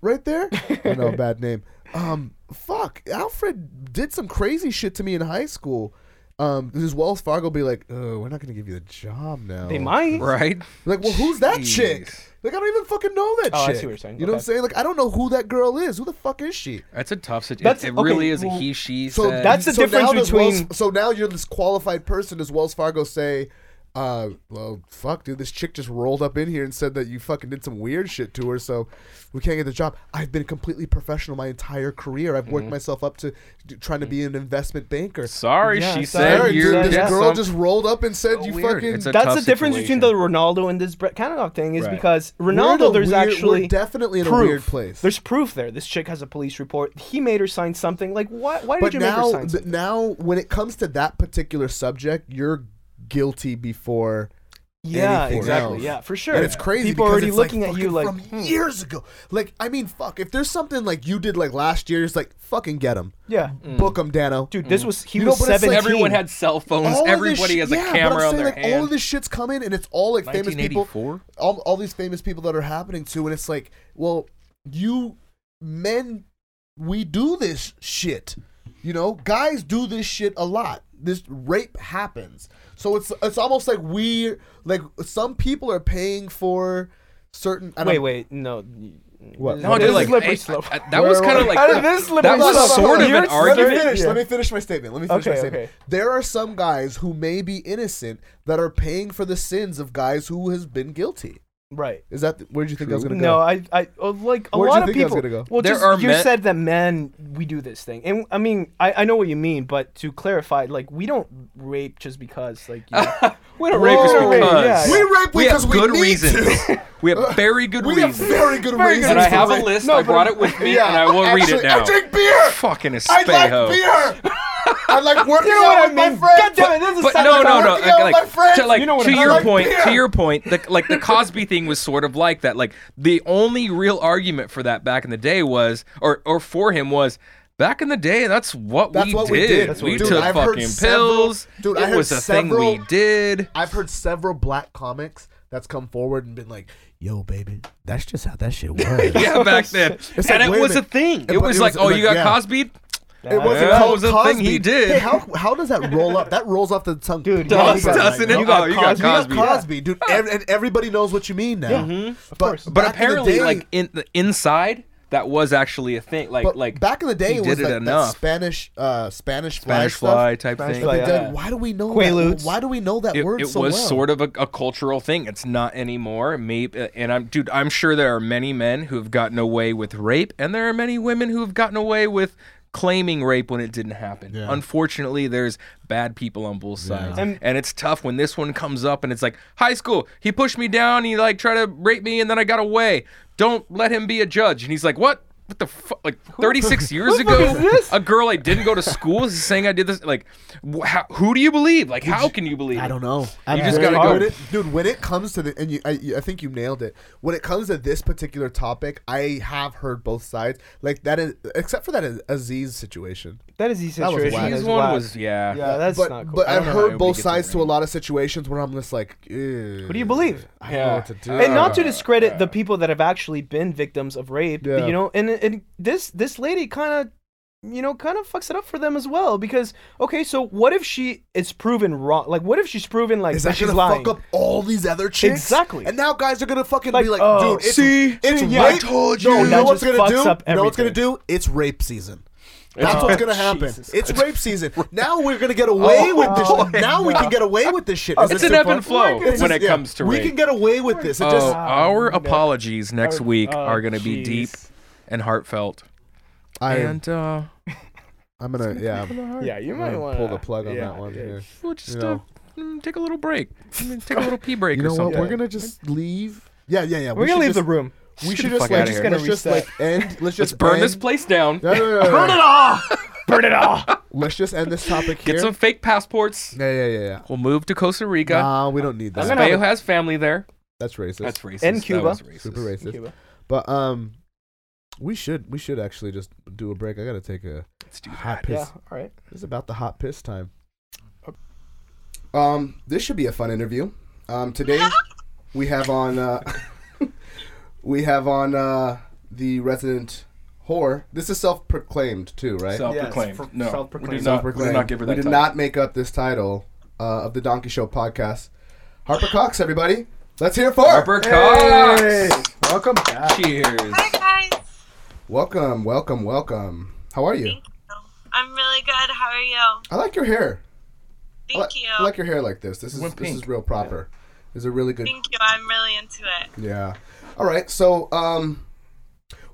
S1: right there? I know, bad name. Um, fuck, Alfred did some crazy shit to me in high school." Um, does Wells Fargo be like, oh, we're not gonna give you the job now?
S6: they might
S3: <laughs> right
S1: Like, well, who's that
S3: Jeez.
S1: chick? Like, I don't even fucking know that
S6: Oh, I
S1: chick.
S6: see what you're saying.
S1: You know what I'm
S6: Okay.
S1: saying? Like, I don't know who that girl is. Who the fuck is she?
S3: that's a tough situation
S6: That's-
S3: it,
S6: okay,
S3: really is a
S6: well,
S3: he she
S1: So
S3: said.
S6: that's the
S1: so
S6: difference
S1: now does
S6: between-
S1: Wells- so now you're this qualified person. Does Wells Fargo say, uh, "Well, fuck, dude, this chick just rolled up in here and said that you fucking did some weird shit to her, so we can't get the job." I've been completely professional my entire career. I've
S3: Mm-hmm.
S1: worked myself up to d- trying to be an investment banker.
S3: sorry
S6: Yeah,
S3: she
S6: sorry,
S3: said
S1: Sorry,
S3: you
S1: dude,
S6: yeah,
S1: this
S6: yeah.
S1: girl just rolled up and said
S3: So
S1: you
S3: weird.
S1: fucking.
S3: It's a
S6: that's
S3: tough
S6: the difference between the
S3: situation.
S6: Ronaldo and this Brett Kavanaugh thing is
S3: Right.
S6: because
S1: We're in a
S6: Ronaldo, there's
S1: weird-
S6: actually
S1: we're definitely in
S6: proof.
S1: a weird place.
S6: There's proof there. This chick has a police report. He made her sign something. Like, why? Why did
S1: but
S6: you
S1: now,
S6: make her sign
S1: th-
S6: something?
S1: now when it comes to that particular subject, you're guilty before
S6: yeah,
S1: anything
S6: exactly.
S1: else.
S6: Yeah, for sure.
S1: And it's crazy.
S6: People are
S1: because
S6: already
S1: it's,
S6: looking
S1: like,
S6: at you like,
S1: fucking
S6: hmm.
S1: from years ago. Like I mean, fuck. If there's something like you did like last year, it's like fucking get him,
S6: yeah,
S1: book him, Dano.
S6: Hmm. dude. This was he
S1: You know,
S6: was
S1: but it's like-
S6: seventeen.
S3: <laughs> everyone had cell phones
S1: All of this
S3: everybody
S1: shit-
S3: has a
S1: yeah, but I'm
S3: camera on
S1: saying,
S3: their
S1: like,
S3: hand
S1: All of this shit's coming, and it's all like famous people,
S3: 1984?
S1: all, all these famous people that are happening to, and it's like, well, you men, we do this shit. You know, guys do this shit a lot. This rape happens, so it's it's almost like we like some people are paying for certain. and
S6: Wait,
S1: I'm-
S6: wait, no.
S1: What?
S3: no, dude,
S6: This is
S3: like,
S6: slippery
S3: I-
S6: slope.
S3: I- that was kind of
S6: <laughs>
S3: like
S6: How
S3: the-
S6: did this slippery
S3: that
S1: Hold
S3: was
S1: on,
S6: slope?
S3: sort of
S1: hold
S6: You're
S1: on.
S3: an
S6: so
S1: Let me
S3: argument
S1: finish.
S6: Yeah.
S1: Let me finish my statement. Let me finish my
S6: Okay,
S1: statement.
S6: okay.
S1: There are some guys who may be innocent that are paying for the sins of guys who has been guilty.
S6: Right.
S1: Is that where would you think I was gonna
S6: No,
S1: go?
S6: I, I, uh, like a
S1: Where'd you
S6: lot of
S1: think I was
S6: people.
S1: gonna go?
S6: Well,
S3: There
S6: just
S3: are
S6: you
S3: men-
S6: said that men we do this thing, and I mean, I, I know what you mean, but to clarify, like we don't rape just because, like, you
S3: <laughs> We don't
S6: Whoa.
S3: rape just
S6: Whoa.
S3: because.
S6: Yeah, yeah.
S1: We rape
S3: We
S1: because
S3: have
S1: we
S3: good
S1: need
S3: reasons.
S1: to.
S3: <laughs>
S1: Uh,
S3: We have very good
S1: We have
S3: reasons.
S1: very good reasons.
S3: and I
S1: for
S3: have a
S1: rape.
S3: list. I brought it with me,
S1: Yeah,
S3: and I will read it
S1: actually,
S3: now.
S1: I drink beer.
S3: Fucking
S1: I like
S3: espejo. <laughs>
S1: beer. I like working out
S6: know what I
S1: with my
S6: mean?
S1: friends.
S6: God damn it, this is
S3: But
S6: such
S3: no,
S6: a
S3: no,
S1: I'm
S3: no.
S1: working out
S3: Like,
S1: with my friends.
S3: to, like,
S1: You know what
S3: to
S1: I'm
S3: your
S1: like
S3: point,
S1: beer.
S3: to your point, the, like the Cosby thing was sort of like that. Like the only real argument for that back in the day was, or or for him was. Back in the day, that's what
S1: That's
S3: we
S1: what
S3: did.
S1: we did. That's what we did.
S3: took
S1: I've heard
S3: fucking
S1: several-
S3: pills.
S1: Dude,
S3: it
S1: I heard
S3: was a
S1: several-
S3: thing we did.
S1: I've heard several black comics that's come forward and been like, "Yo, baby, that's just how that shit works."
S3: <laughs> Yeah, back then,
S1: It's like,
S3: and
S1: wait
S3: it
S1: a
S3: was a
S1: minute.
S3: thing.
S1: But
S3: It was like, oh, you got
S1: yeah.
S3: Cosby.
S1: It wasn't
S3: Yeah.
S1: Col-
S3: That was a
S1: Cosby.
S3: thing he did.
S1: Hey, how, how does that roll up? That rolls off the tongue.
S6: Dude,
S1: quicker
S6: does,
S1: than
S3: doesn't
S1: that,
S3: it?
S1: you know?
S3: Oh, you got
S1: You got
S3: Cosby.
S1: Cosby, dude. Ev- and everybody knows what you mean now. Of
S6: course.
S1: But,
S3: Mm-hmm. But
S1: back in the
S3: apparently,
S1: day-
S3: like in the inside, that was actually a thing. Like,
S1: but
S3: like
S1: back in the day,
S3: he
S1: it was
S3: did it
S1: like that
S3: enough.
S1: Spanish, uh, Spanish,
S3: Spanish fly type
S6: Spanish
S3: thing.
S6: fly,
S1: But
S6: yeah.
S1: then, why do we know? That,
S6: Quaaludes.
S1: why do we know that
S3: It,
S1: word
S3: it
S1: so
S3: was
S1: well?
S3: sort of a, a cultural thing. It's not anymore. Maybe, and I'm, dude, I'm sure there are many men who have gotten away with rape, and there are many women who have gotten away with claiming rape when it didn't happen. Unfortunately, there's bad people on both sides,
S6: And-
S3: and, it's tough when this one comes up and it's like, high school, he pushed me down, he like tried to rape me, and then I got away. Don't let him be a judge. And he's like, what? what the fuck? Like 36 years
S6: <laughs> who the fuck is
S3: ago,
S6: this?
S3: a girl I didn't go to school is saying I did this. Like, wh- how, who do you believe? Like, how can you believe?
S1: I
S3: it?
S1: don't know. I'm
S3: just gotta go.
S1: When it, dude. When it comes to the and you, I, you- I think you nailed it. When it comes to this particular topic, I have heard both sides. Like that is, except for that Aziz situation.
S6: That is the
S1: That was
S6: situation.
S1: whack.
S6: as
S3: His one
S6: well.
S3: was yeah.
S6: Yeah, that's
S1: but,
S6: not cool.
S1: But
S6: I
S1: I've
S6: don't know how
S1: heard
S3: we
S1: both
S3: get to
S1: sides to a
S3: rank.
S1: lot of situations where I'm just like, what
S6: do you believe?
S1: I don't know
S3: Yeah.
S1: what to do.
S6: and not to
S3: Uh,
S6: discredit the
S3: yeah.
S6: people that have actually been victims of rape,
S1: Yeah.
S6: you know, and and this this lady kind of you know kind of fucks it up for them as well because okay, so what if she is proven wrong? Like what if she's proven like
S1: is
S6: that
S1: that
S6: she's
S1: gonna
S6: lying?
S1: fuck up all these other chicks?
S6: Exactly.
S1: And now guys are gonna fucking
S6: Like,
S1: be like,
S6: oh,
S1: dude, it's,
S6: see?
S1: it's rape.
S6: See, yeah, I told you.
S1: No, you
S6: That
S1: know what's
S6: just
S1: gonna
S6: fucks
S1: do?
S6: up
S1: You know what's gonna
S6: everything.
S1: do? It's rape season. That's what's gonna happen.
S6: Jesus
S1: it's rape <laughs> season. Now we're gonna get away
S6: Oh,
S1: with this.
S3: boy.
S1: shit. Now we can get away with this shit. Is
S3: It's
S1: it
S3: an
S1: so
S3: ebb
S1: fun?
S3: and flow
S1: It's
S3: when
S1: just-
S3: it comes to
S1: we
S3: rape.
S1: can get away with this. It
S3: Oh,
S1: just um,
S3: our
S6: no.
S3: apologies next
S6: Our-
S3: week
S6: oh,
S3: are going to be
S6: jeez.
S3: deep and heartfelt.
S1: I am.
S3: and uh,
S1: I'm gonna yeah.
S6: Yeah, you
S1: I'm
S6: might
S1: gonna
S6: want
S1: pull the plug on that one.
S6: yeah.
S1: here.
S3: we'll just
S1: You know.
S3: uh, mm, take a little break. I mean, take a little pee
S1: <laughs>
S3: break
S1: You
S3: or
S1: know what?
S3: something.
S1: We're gonna just leave. Yeah, yeah, yeah.
S6: We're gonna leave the
S1: room.
S6: room.
S1: We
S3: Get
S1: should
S3: the
S1: just
S3: fuck outta
S1: like
S3: here.
S1: just let's
S6: We're just
S1: just like end. Let's
S3: Let's
S1: just
S3: burn
S1: end-
S3: this place down.
S1: No, no, no, no,
S6: <laughs> Burn
S1: no.
S6: it all. <laughs> Burn it all.
S1: Let's <laughs> just end this topic here.
S3: Get some fake passports.
S1: Yeah, yeah, yeah, yeah.
S3: We'll move to Costa Rica.
S1: Nah, we don't need that.
S6: I'm gonna-
S3: Mayo has family there.
S1: That's racist.
S3: That's racist.
S6: And
S3: That
S6: Cuba.
S3: was racist.
S1: super racist. But um, we should we should actually just do a break. I gotta take a
S3: Let's do
S1: hot
S3: that.
S1: piss.
S6: Yeah. All right.
S1: It's about the hot piss time. Um, this should be a fun interview. Um, today we have on uh, <laughs> we have on uh, the resident whore. This is self-proclaimed too, right?
S3: Self-proclaimed.
S6: Yes,
S3: no,
S6: self-proclaimed.
S3: We did not, Uh, we
S1: self-proclaimed.
S3: did not give her that
S1: We did
S3: title.
S1: not make up this title uh, of the Donkey Show podcast. Harper Cox, everybody, let's hear it for her.
S3: Harper Cox.
S6: Welcome back.
S3: Cheers.
S9: Hi guys.
S1: Welcome, welcome, welcome. How are you?
S9: I'm really good. How are you?
S1: I like your hair. I
S9: Thank
S1: like-
S9: you.
S1: I like your hair like this. This is
S3: Went
S1: this is
S3: pink.
S1: real proper. This Is a really good
S9: Thank you. I'm really into it. <laughs>
S1: Yeah. All right. So, um,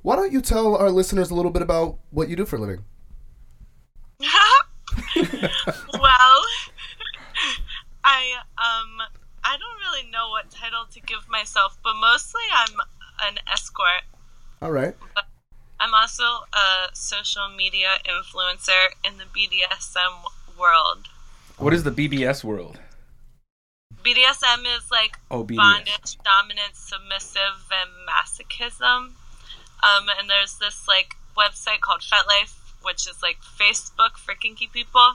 S1: why don't you tell our listeners a little bit about what you do for a living?
S9: well, <laughs> I um I don't really know what title to give myself, but mostly I'm an escort.
S1: All right.
S9: I'm also a social media influencer in the BDSM world.
S3: What is the BBS world?
S9: BDSM is like
S3: Oh, BBS.
S9: bondage, dominance, submissive, and masochism. Um, and there's this like website called Fet Life, which is like Facebook for kinky people.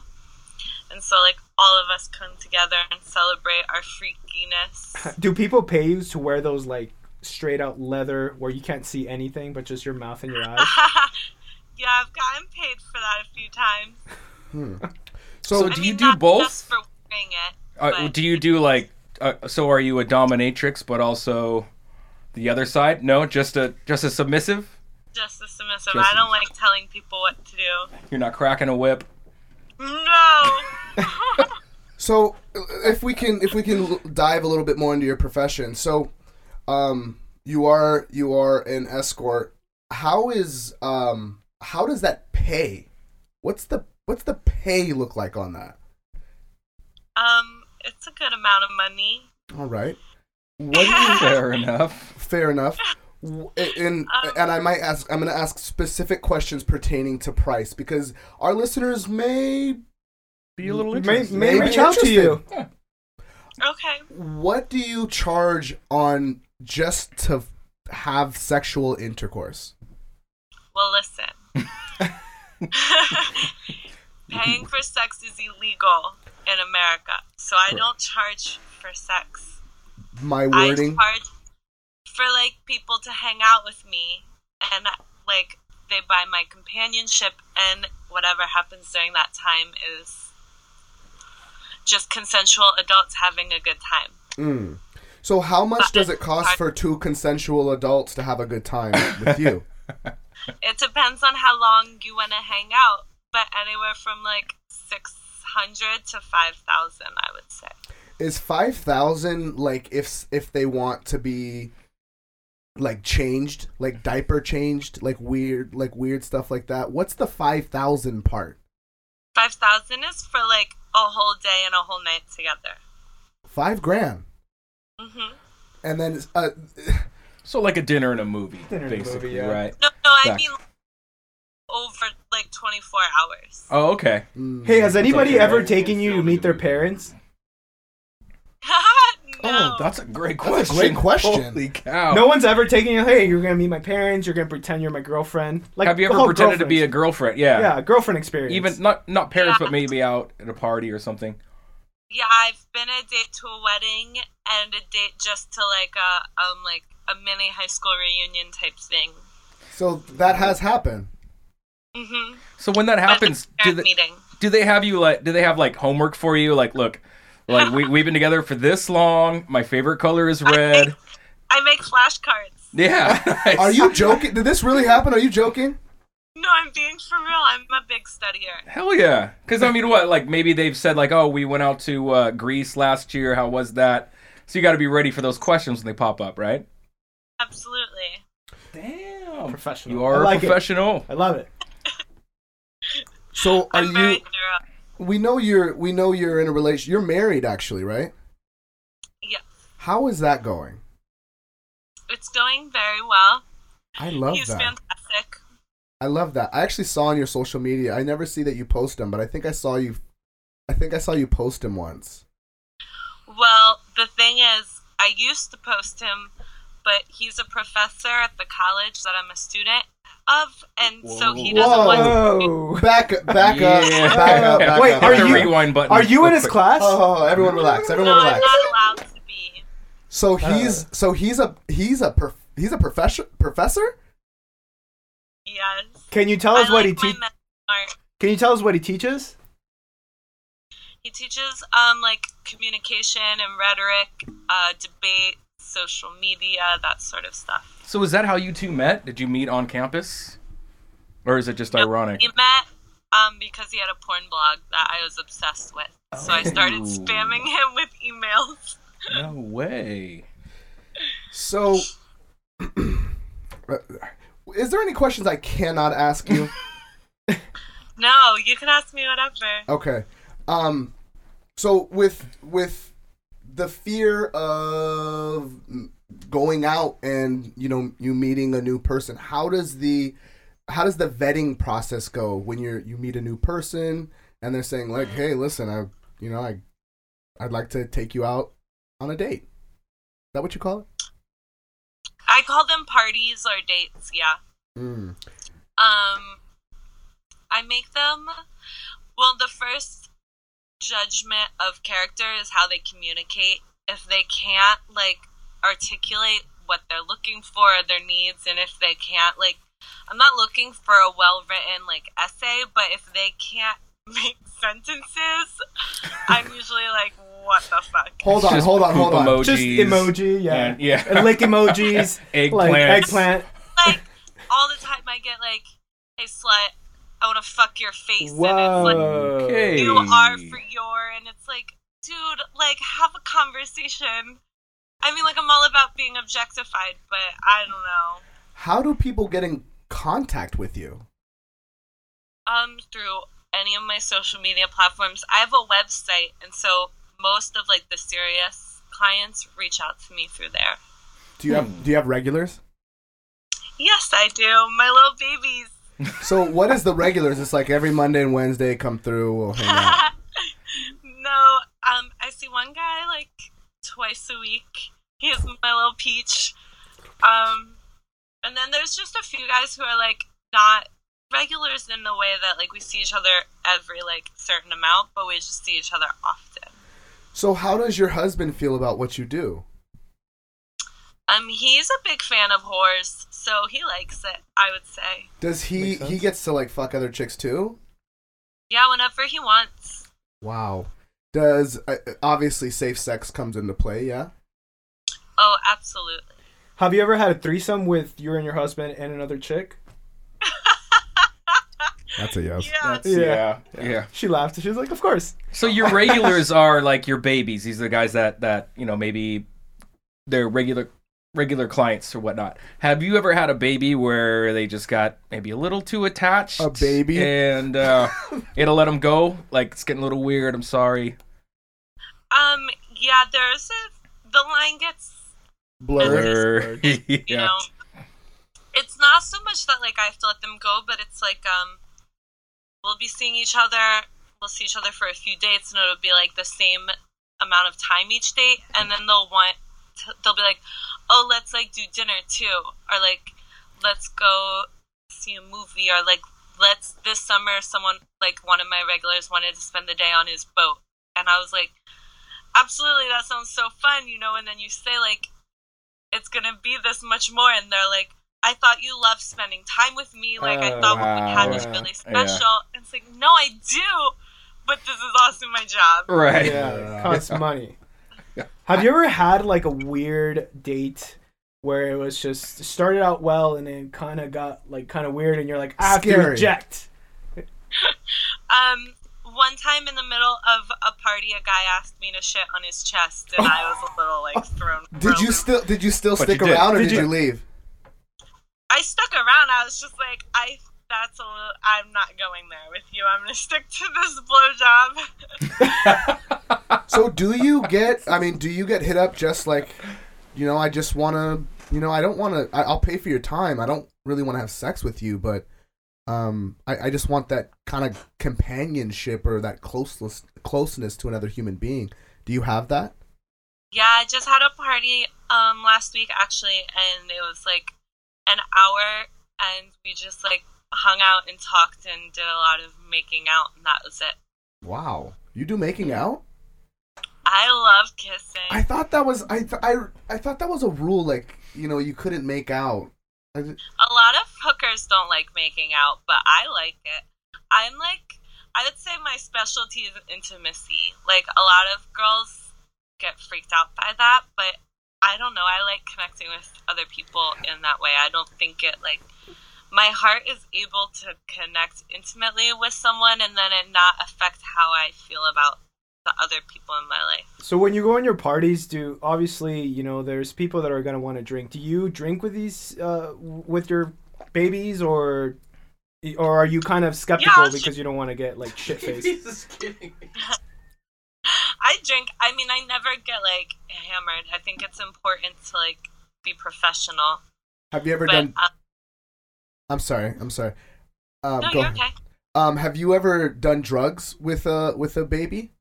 S9: And so like all of us come together and celebrate
S3: <laughs>
S9: our freakiness.
S6: Do people pay you to wear those like straight out leather where you can't see anything but just your mouth and your eyes?
S9: yeah, I've gotten paid for that a few times.
S3: So,
S1: So,
S9: I
S3: do
S9: mean,
S3: you do
S9: not
S3: both?
S9: Just for wearing it.
S3: Uh,
S9: but-
S3: do you do like? Uh, so are you a dominatrix, but also the other side? No, just a just a submissive.
S9: Just the submissive.
S3: Just-
S9: I don't like telling people what to do.
S3: You're not cracking a whip. <laughs>
S9: No. <laughs>
S1: so if we can, if we can l- dive a little bit more into your profession. So, um, you are you are an escort. How is um how does that pay? What's the what's the pay look like on that?
S9: um, it's a good amount of money.
S1: All right.
S9: <laughs>
S3: <laughs> Fair enough.
S1: Fair enough. W- And and I might ask. I'm going to ask specific questions pertaining to price because our listeners may
S3: Be a little
S6: May,
S3: interested.
S6: may
S1: Maybe
S6: reach out to
S1: interested.
S6: you.
S9: Okay.
S1: What do you charge on just to f- have sexual intercourse?
S9: Well, listen. Paying for sex is illegal in America, so I don't charge for sex.
S1: My wording.
S9: I charge for like people to hang out with me and like they buy my companionship and whatever happens during that time is just consensual adults having a good time.
S1: Mm. So how much does it cost for two consensual adults to have a good time with
S9: <laughs>
S1: you?
S9: It depends on how long you want to hang out, but anywhere from like 600 to 5,000, I would say.
S1: Is five thousand like if s- if they want to be like changed, like diaper changed, like weird, like weird stuff like that? What's the five thousand part?
S9: 5,000 is for like a whole day and a whole night together.
S1: Five grand,
S9: hmm
S1: and then uh, <laughs>
S3: So like a dinner and a movie,
S6: Dinner and a
S3: basically,
S6: movie, yeah.
S3: right?
S9: No, no, I
S3: Back.
S9: mean over like 24 hours. <laughs>
S3: Oh, okay.
S6: Hey, has anybody
S3: okay,
S6: ever
S3: right?
S6: taken you to meet their parents?
S9: no.
S3: Oh, that's a great question. <laughs>
S1: That's a great question.
S3: Holy cow.
S6: No one's ever taken you. Hey, you're gonna meet my parents. You're gonna pretend you're my girlfriend. Like,
S3: Have you
S6: the
S3: ever
S6: whole
S3: pretended to be a
S6: girlfriend-
S3: girlfriend? Yeah.
S6: yeah girlfriend experience?
S3: Even not not parents, but maybe out at a party or something.
S9: Yeah, I've been a date to a wedding and a date just to like a um like a mini high school reunion type thing.
S1: So that has happened.
S9: Mhm.
S3: So when that
S9: But
S3: happens,
S9: parent
S3: do they,
S9: meeting.
S3: do they have you like do they have like homework for you? Like, look, like we we've been together for this long. My favorite color is red.
S9: I make flashcards.
S3: Yeah. <laughs> nice.
S1: Are
S9: <laughs>
S1: you joking? Did this really happen? Are you joking?
S9: No, I'm being for real. I'm a big studier.
S3: Hell yeah. Because, I mean, what? Like, maybe they've said, like, oh, we went out to uh, Greece last year. How was that? So you got to be ready for those questions when they pop up, right?
S9: Absolutely.
S3: Damn.
S6: professional.
S3: You are
S6: I like
S3: a
S6: it.
S3: professional.
S6: I love it.
S1: So are
S9: I'm very
S1: you?
S9: thorough.
S1: We know you're. We know you're in a relation. You're married, actually, right?
S9: Yeah.
S1: How is that going?
S9: It's going very well.
S1: I love
S9: He's
S1: that.
S9: fantastic.
S1: I love that. I actually saw on your social media. I never see that you post them, but I think I saw you. I think I saw you post them
S6: <laughs>
S1: once.
S9: Well, the thing is, I used to post him, but he's a professor at the college that I'm a student of, and so he doesn't want.
S6: Whoa.
S1: Back, back up,
S3: Yeah.
S1: back up,
S3: <laughs>
S1: back
S6: Wait,
S1: up.
S3: Hit
S6: are
S3: the
S6: you-
S3: rewind button.
S6: Are you in his class?
S1: Oh, oh, everyone relax.
S9: No,
S1: Everyone
S9: I'm
S1: relax.
S9: not allowed to be.
S1: So he's so he's a he's a prof, he's a professor professor.
S9: Yes.
S6: Can you tell us
S9: I
S6: what
S9: like
S6: he
S9: my
S6: te-
S9: men smart.
S6: Can you tell us what he teaches?
S9: He teaches um like communication and rhetoric, uh, debate, social media, that sort of stuff.
S3: So is that how you two met? Did you meet on campus? Or is it just ironic?
S9: We met um, because he had a porn blog that I was obsessed with. So I started
S3: Oh.
S9: spamming him with emails.
S3: No way.
S1: So, <clears throat> is there any questions I cannot ask you?
S9: No, you can ask me whatever.
S1: Okay. Um so with with the fear of going out and you know you meeting a new person, how does the how does the vetting process go when you're you meet a new person and they're saying like, "Hey, listen, I you know, I I'd like to take you out on a date." Is that what you call it?
S9: I call them parties or dates, yeah.
S1: Mm.
S9: Um, I make them. Well, the first judgment of character is how they communicate. If they can't like articulate what they're looking for, their needs, and if they can't like, I'm not looking for a well written like essay, but if they can't <laughs> make sentences,
S1: <laughs>
S9: I'm usually like, what the fuck?
S1: Hold
S3: It's
S1: on,
S3: just
S1: hold on, hold
S3: poop
S1: on.
S3: emoji.
S6: Just
S3: Emojis.
S6: emoji, yeah,
S3: And- yeah.
S6: And lick emojis, like
S3: <laughs> Eggplants.
S6: eggplant.
S9: like all the time I get like, "Hey slut, I want to fuck your face," and it's like
S6: Whoa.
S3: Okay.
S9: you are for your, and it's like, dude, like have a conversation. I mean, like I'm all about being objectified, but I don't know.
S1: How do people get in contact with you?
S9: Um, through any of my social media platforms, I have a website, and so most of like the serious clients reach out to me through there.
S1: Do you have do you have regulars?
S9: Yes, I do. My little babies.
S1: So what is the regulars? It's like every Monday and Wednesday come through, we'll hang out.
S9: no, um, I see one guy like twice a week. He's my little peach. Um, and then there's just a few guys who are like not regulars in the way that like we see each other every like certain amount, but we just see each other often.
S1: So how does your husband feel about what you do?
S9: Um, he's a big fan of whores, so he likes it. I would say,
S1: Does he
S6: Makes sense.
S1: he gets to like fuck other chicks too?
S9: yeah, whenever he wants.
S1: Wow. Does uh, obviously safe sex comes into play? Yeah.
S9: Oh, absolutely.
S6: Have you ever had a threesome with you and your husband and another chick?
S1: That's a yes.
S9: Yeah,
S3: That's- yeah. Yeah.
S6: She laughed. She was like, "Of course."
S3: So your <laughs> regulars are like your babies. These are the guys that that you know maybe they're regular regular clients or whatnot. Have you ever had a baby where they just got maybe a little too attached?
S1: A baby?
S3: and uh, it'll let them go. Like it's getting a little weird. I'm sorry.
S9: Um, yeah. There's a the line gets
S1: Blur.
S3: Or- <laughs>
S9: <laughs> you
S3: yeah.
S9: know it's not so much that like I have to let them go, but it's like um, we'll be seeing each other. We'll see each other for a few dates, and it'll be like the same amount of time each date, and then they'll want to, they'll be like, oh, let's like do dinner too, or like let's go see a movie, or like let's this summer someone like one of my regulars wanted to spend the day on his boat, and I was like, absolutely, that sounds so fun, you know, and then you say like it's gonna be this much more, and they're like. I thought you loved spending time with me. Like I thought what we had was
S3: Wow.
S9: really
S3: Yeah.
S9: special. And it's like, no, I do, but this is also my job.
S3: Right.
S6: Yeah, it costs money. Have you ever had like a weird date where it was just it started out well and then kind of got like kind of weird and you're like, I have to
S1: Scary.
S6: reject.
S9: Um, one time in the middle of a party, a guy asked me to shit on his chest, and I was a little like thrown. for a
S1: Did you
S9: loop.
S1: still did you still
S3: But
S1: stick
S3: you did.
S1: around or
S3: Did
S1: did,
S3: you-
S1: you, leave?
S9: I stuck around. I was just like, I. That's a little. I'm not going there with you. I'm gonna <laughs> stick to this blowjob.
S1: So do you get? I mean, do you get hit up just like, you know, I just wanna, you know, I don't wanna. I, I'll pay for your time. I don't really want to have sex with you, but um, I, I just want that kind of companionship or that closeness closeness to another human being. Do you have that?
S9: Yeah, I just had a party um last week actually, and it was like an hour, and we just like hung out and talked and did a lot of making out, and that was it.
S1: Wow, you do making out?
S9: I love kissing.
S1: I thought that was I th- I I thought that was a rule like you know you couldn't make out. I th-
S9: A lot of hookers don't like making out, but I like it. I'm like, I would say my specialty is intimacy. Like, a lot of girls get freaked out by that, but I don't know. I like connecting with other people in that way. I don't think it, like, my heart is able to connect intimately with someone and then it not affect how I feel about the other people in my life.
S6: So when you go on your parties, do obviously you know there's people that are gonna want to drink. Do you drink with these uh, w- with your babies or or are you kind of skeptical
S9: Yeah.
S6: because you don't want to get like
S8: <laughs>
S6: shit faced?
S8: He's just kidding.
S9: I drink. I mean, I never get, like, hammered. I think it's important to, like, be professional.
S1: Have you ever
S9: But,
S1: done?
S9: um,
S1: I'm sorry. I'm sorry. Um,
S9: no,
S1: go
S9: you're
S1: ahead.
S9: okay.
S1: um, have you ever done drugs with a with a
S6: <laughs>
S1: baby?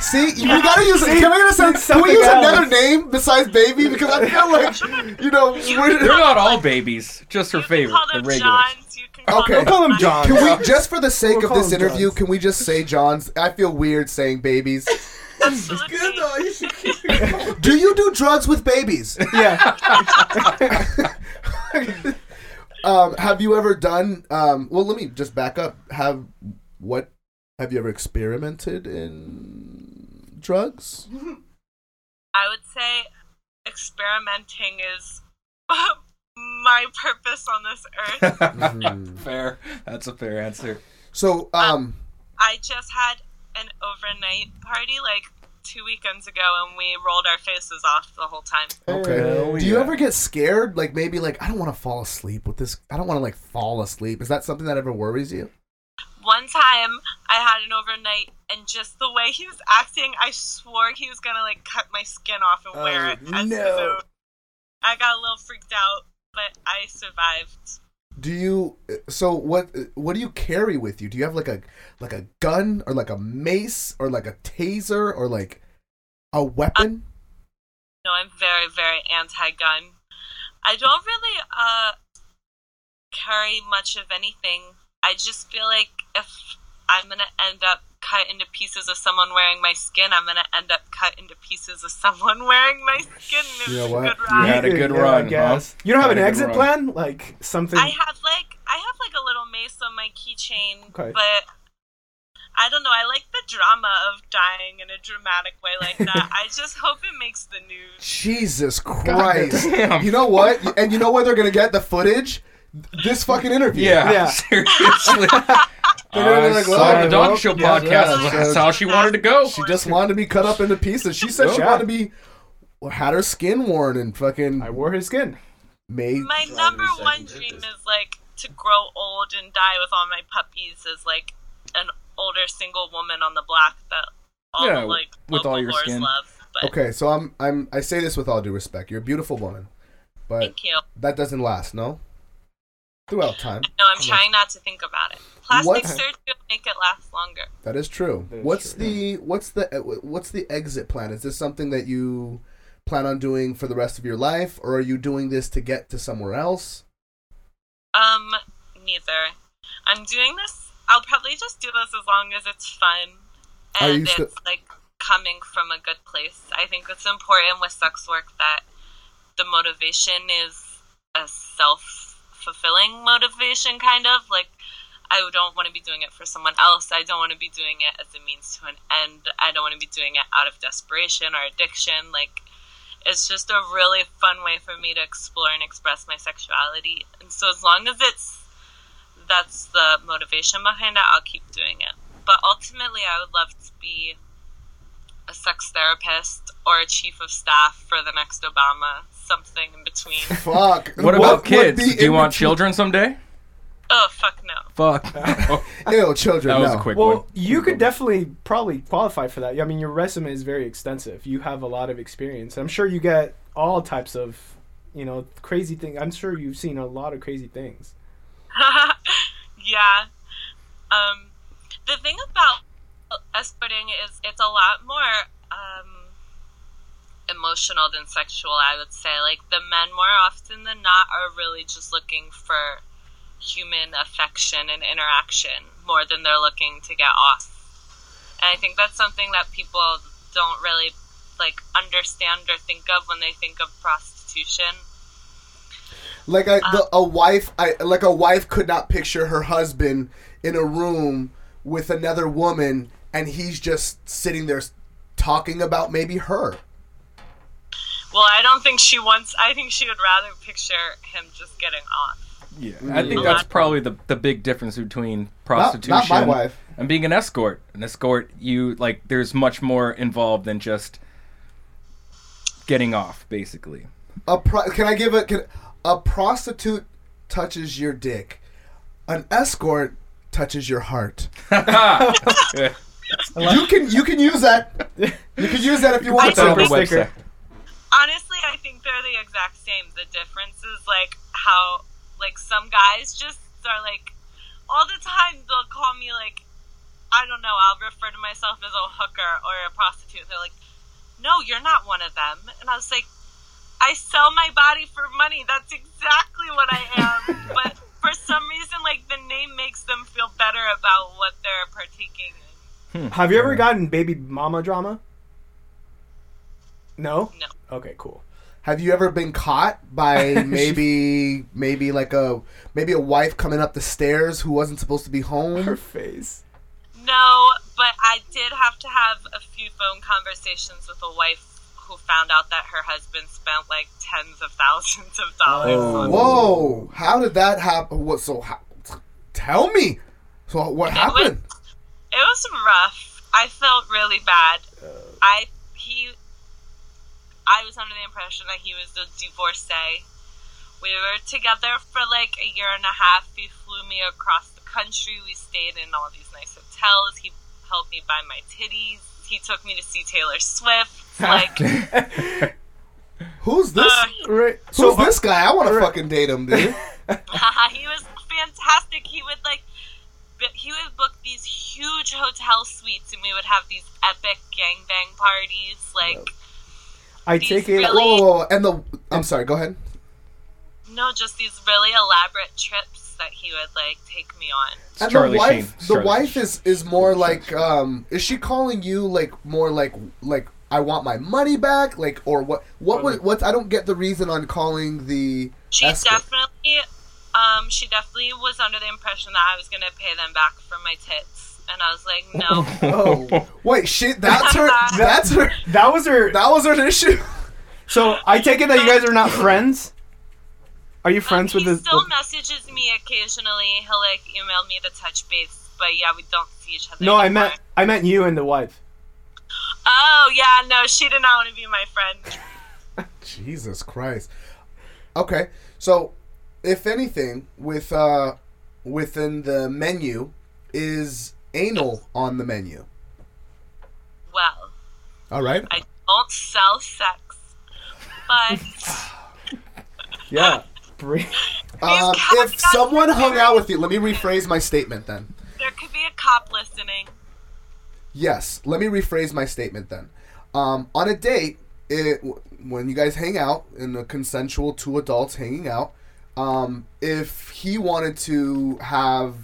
S1: See, we gotta use. Can we, get a sense, can we
S6: something
S1: use
S6: else.
S1: another name besides baby? Because I feel like you know.
S3: They're
S1: We're,
S3: not all babies, just her
S9: you can
S3: favorite,
S9: call
S3: the
S9: them
S3: regulars.
S9: Johns. You can call
S1: Okay.
S9: them
S1: We'll
S6: call them
S9: Johns.
S6: John.
S1: <laughs> can we just for the sake
S6: We'll
S1: of
S6: call
S1: this
S6: him
S1: interview?
S6: Johns.
S1: Can we just say John's? I feel weird saying babies.
S6: <laughs>
S9: Absolutely.
S8: Good though. You should keep
S1: <laughs>
S8: it going.
S1: Do you do drugs with babies?
S6: yeah.
S1: um, have you ever done? Um, well, let me just back up. Have what? Have you ever experimented in drugs?
S9: I would say experimenting is <laughs> my purpose on this earth.
S6: <laughs>
S3: fair. That's a fair answer.
S1: So, um,
S9: I just had an overnight party like two weekends ago, and we rolled our faces off the whole time.
S1: okay.
S3: Hell
S1: Do you
S3: yeah.
S1: ever get scared? Like maybe like I don't want to fall asleep with this. I don't want to like fall asleep. Is that something that ever worries you?
S9: One time, I had an overnight, and just the way he was acting, I swore he was gonna like cut my skin off and wear it. As his
S6: Oh, no.
S9: own. I got a little freaked out, but I survived.
S1: Do you? So what? What do you carry with you? Do you have like a like a gun or like a mace or like a taser or like a weapon?
S9: No, I'm very, very anti-gun. I don't really uh carry much of anything. I just feel like if I'm gonna end up cut into pieces of someone wearing my skin, I'm gonna end up cut into pieces of <laughs> someone wearing my skin. and It
S1: You
S9: was
S1: know
S9: a
S1: what?
S9: good ride.
S3: You had a good
S6: Yeah, I
S3: run, huh?
S6: guess. You don't have
S3: Had
S6: an
S3: a good
S6: exit
S3: run.
S6: plan, like something.
S9: I have like I have like a little mace on my keychain,
S6: Okay.
S9: but I don't know. I like the drama of dying in a dramatic way like that. I just hope it makes the news.
S1: Jesus Christ.
S3: damn.
S1: You know what? And you know where they're going to get the footage? This fucking interview.
S3: Yeah, <laughs>
S6: Yeah.
S3: seriously.
S1: They're gonna be
S3: I
S1: like,
S3: saw
S1: "Well,
S3: the Dog
S1: well,
S3: Show
S1: yeah,
S3: podcast.
S1: yeah,
S3: That's
S1: so
S3: how she wanted to go.
S1: She just wanted to be cut up into pieces. She said she
S3: Oh.
S6: Yeah.
S1: wanted to be. Had her skin worn and fucking
S6: I wore his skin.
S1: made.
S9: my
S8: Strawberry
S9: number
S8: second
S9: one
S8: did
S9: dream
S8: this.
S9: is like to grow old and die with all my puppies as like an older single woman on the block that all
S3: Yeah,
S9: the, like
S3: with
S9: local
S3: all your
S9: whores
S3: skin.
S9: love. But
S1: Okay, so I'm I'm I say this with all due respect. You're a beautiful woman, but
S9: thank you.
S1: that doesn't last. No, throughout time.
S9: No, I'm trying not to think about it. Plastic
S1: What-
S9: surgery will make it last longer.
S1: That is true.
S6: That is
S1: what's
S6: true,
S1: the what's the uh, what's the exit plan? Is this something that you plan on doing for the rest of your life, or are you doing this to get to somewhere else?
S9: Um, neither. I'm doing this. I'll probably just do this as long as it's fun
S1: Are you
S9: and it's
S1: sti-
S9: like coming from a good place. I think it's important with sex work that the motivation is a self fulfilling motivation, kind of like. I don't want to be doing it for someone else. I don't want to be doing it as a means to an end. I don't want to be doing it out of desperation or addiction. Like, it's just a really fun way for me to explore and express my sexuality. And so, as long as it's that's the motivation behind it, I'll keep doing it. But ultimately, I would love to be a sex therapist or a chief of staff for the next Obama, something
S1: <laughs>
S9: in between.
S1: Fuck.
S3: What
S1: would
S3: about kids?
S1: be
S3: Do you
S1: in
S3: want
S1: between-
S3: children someday?
S9: oh, fuck no.
S3: Fuck. <laughs> that
S1: Ew, children.
S3: was a
S1: no.
S3: quick one.
S6: Well, you could definitely probably qualify for that. I mean, your resume is very extensive. You have a lot of experience. I'm sure you get all types of, you know, crazy things. I'm sure you've seen a lot of crazy things.
S9: yeah. Um, the thing about escorting is it's a lot more um, emotional than sexual, I would say. Like, the men, more often than not, are really just looking for human affection and interaction more than they're looking to get off. And I think that's something that people don't really like understand or think of when they think of prostitution.
S1: Like I, the, a wife, I like a wife could not picture her husband in a room with another woman, and he's just sitting there s- talking about maybe her.
S9: Well, I don't think she wants. I think she would rather picture him just getting off.
S3: Yeah, I think
S9: Yeah.
S3: that's probably the the big difference between
S1: Not,
S3: prostitution
S1: not my wife.
S3: and being an escort. An escort, you like, there's much more involved than just getting off, basically.
S1: A pro- can I give a can, a prostitute touches your dick, an escort touches your heart. you can you can use that. You can use that if you want
S3: That's
S1: to.
S3: on her
S9: think-
S6: Bumper
S3: website.
S6: sticker.
S9: Honestly, I think they're the exact same. The difference is like how like some guys just are like all the time. They'll call me like I don't know. I'll refer to myself as a hooker or a prostitute. They're like, "No, you're not one of them," and I was like, "I sell my body for money. That's exactly what I am." but for some reason, like the name makes them feel better about what they're partaking in.
S6: Have you ever gotten baby mama drama? No?
S9: No.
S6: Okay, cool.
S1: Have you ever been caught
S3: <laughs>
S1: by maybe maybe like a maybe a wife coming up the stairs who wasn't supposed to be
S6: Her
S1: home?
S6: face.
S9: No, but I did have to have a few phone conversations with a wife who found out that her husband spent like tens of thousands of dollars on
S1: Whoa! How did that happen? What so? How, tell me. So what happened?
S9: It was rough. I felt really bad. I he I was under the impression that he was a divorcee. We were together for like a year and a half. He flew me across the country. We stayed in all these nice hotels. He helped me buy my titties. He took me to see Taylor Swift. Like
S1: Who's this?
S6: Right.
S1: Who's
S6: So,
S1: this guy? I want to fucking date him, <laughs> dude.
S9: <laughs> he was fantastic. He would like, bu- he would book these huge hotel suites, and we would have these epic gangbang parties. Like,
S6: I take it.
S9: Really?
S1: Whoa, whoa, whoa! And the I'm sorry. Go ahead.
S9: no, just these really elaborate trips that he would like take me on.
S3: It's
S1: And
S3: Charlie
S1: the wife,
S3: Sheen.
S1: the
S3: Charlie
S1: wife
S3: Sheen.
S1: is is more like um is she calling you like more like like I want my money back like or what what was what's I don't get the reason on calling the
S9: She
S1: escort.
S9: definitely, um, she definitely was under the impression that I was gonna pay them back for my tits, and I
S6: <laughs>
S9: was like, no.
S1: Oh wait, shit! That's her. That's her.
S6: that was her.
S1: That was her issue.
S6: So, I take it that you guys are not friends? Are you friends
S9: Um,
S6: with
S9: he
S6: this?
S9: still messages me occasionally. He'll like email me the touch base, but yeah, we don't see each other.
S6: No, I
S9: anymore.
S6: meant I meant you and the wife.
S9: Oh yeah, no, she did not want to be my friend.
S1: Jesus Christ. Okay, so if anything, with uh, within the menu is anal on the menu.
S9: Well,
S1: All right.
S9: I don't sell sex, but
S1: <laughs>
S9: Ah.
S6: <laughs> Yeah. Bring-
S1: Um,
S9: Cowboys
S1: if someone hung out with you, let me rephrase my statement then.
S9: There could be a cop listening.
S1: Yes, let me rephrase my statement then. Um, on a date, it, when you guys hang out in a consensual two adults hanging out, um, if he wanted to have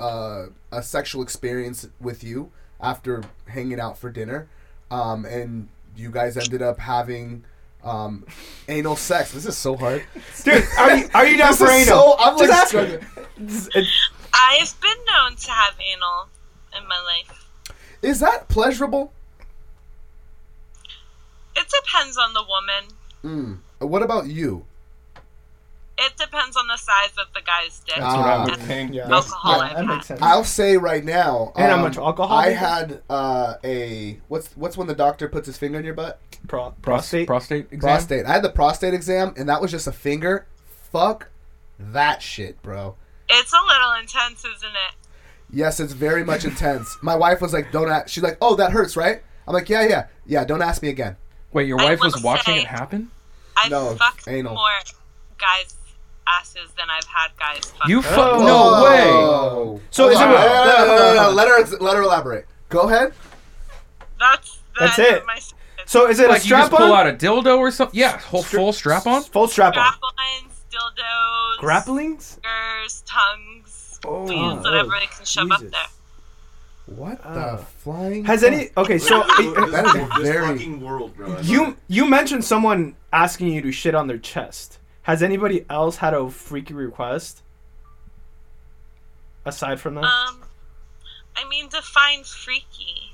S1: uh, a sexual experience with you after hanging out for dinner, um, and you guys ended up having um, anal sex, this is so hard.
S6: Dude, are you, are you down
S1: This
S6: for
S1: is
S6: anal?
S1: so- I'm, like,
S6: Just ask
S1: struggling.
S6: her. It's- it's-
S9: I've been known to have anal in my life.
S1: Is that pleasurable?
S9: It depends on the woman.
S1: Mm. What about you?
S9: It depends on the size of the guy's dick.
S1: That's what I would
S3: think.
S6: yeah.
S9: Alcohol
S6: Yeah, that
S9: I've
S6: makes
S9: had.
S6: sense.
S1: I'll say right now. um,
S6: And how much alcohol
S1: I
S6: is it?
S1: had uh, a what's what's when the doctor puts his finger in your butt?
S6: Pro-
S3: prostate
S6: prostate.
S3: prostate exam.
S1: Prostate. I had the prostate exam, and that was just a finger. Fuck that shit, bro.
S9: It's a little intense, isn't it?
S1: Yes, it's very much
S6: <laughs>
S1: intense. My wife was like, "Don't." Ask. She's like, "Oh, that hurts, right?" I'm like, "Yeah, yeah, yeah." Don't ask me again.
S3: Wait, your
S9: I
S3: wife was
S9: will
S3: watching
S9: say-
S3: it happen?
S9: I've
S1: No,
S9: fucked
S1: anal.
S9: more guys' asses than I've had guys fuck.
S3: You
S9: me.
S3: fuck no way.
S1: Oh. Whoa.
S6: So is it-
S1: Hold on. No, no, no, no, no, no. Let her let her elaborate. Go ahead.
S9: That's
S6: That's
S9: that is
S6: it.
S9: My
S6: So is it
S3: Like
S6: a
S3: you just
S6: strap on?
S3: pull out a dildo or something? Yeah, whole full strap on.
S6: Full strap on.
S9: grappling, dildos,
S6: Grapplings?
S9: fingers, tongues.
S6: Oh,
S9: we use whatever they can shove
S6: Jesus.
S9: up there.
S1: What
S6: Ah.
S1: the flying?
S6: Has any? Okay, so it-
S1: That is a
S2: this
S1: very-
S2: fucking world, bro.
S6: you you mentioned someone asking you to shit on their chest. Has anybody else had a freaky request? Aside from that,
S9: Um, I mean, define freaky.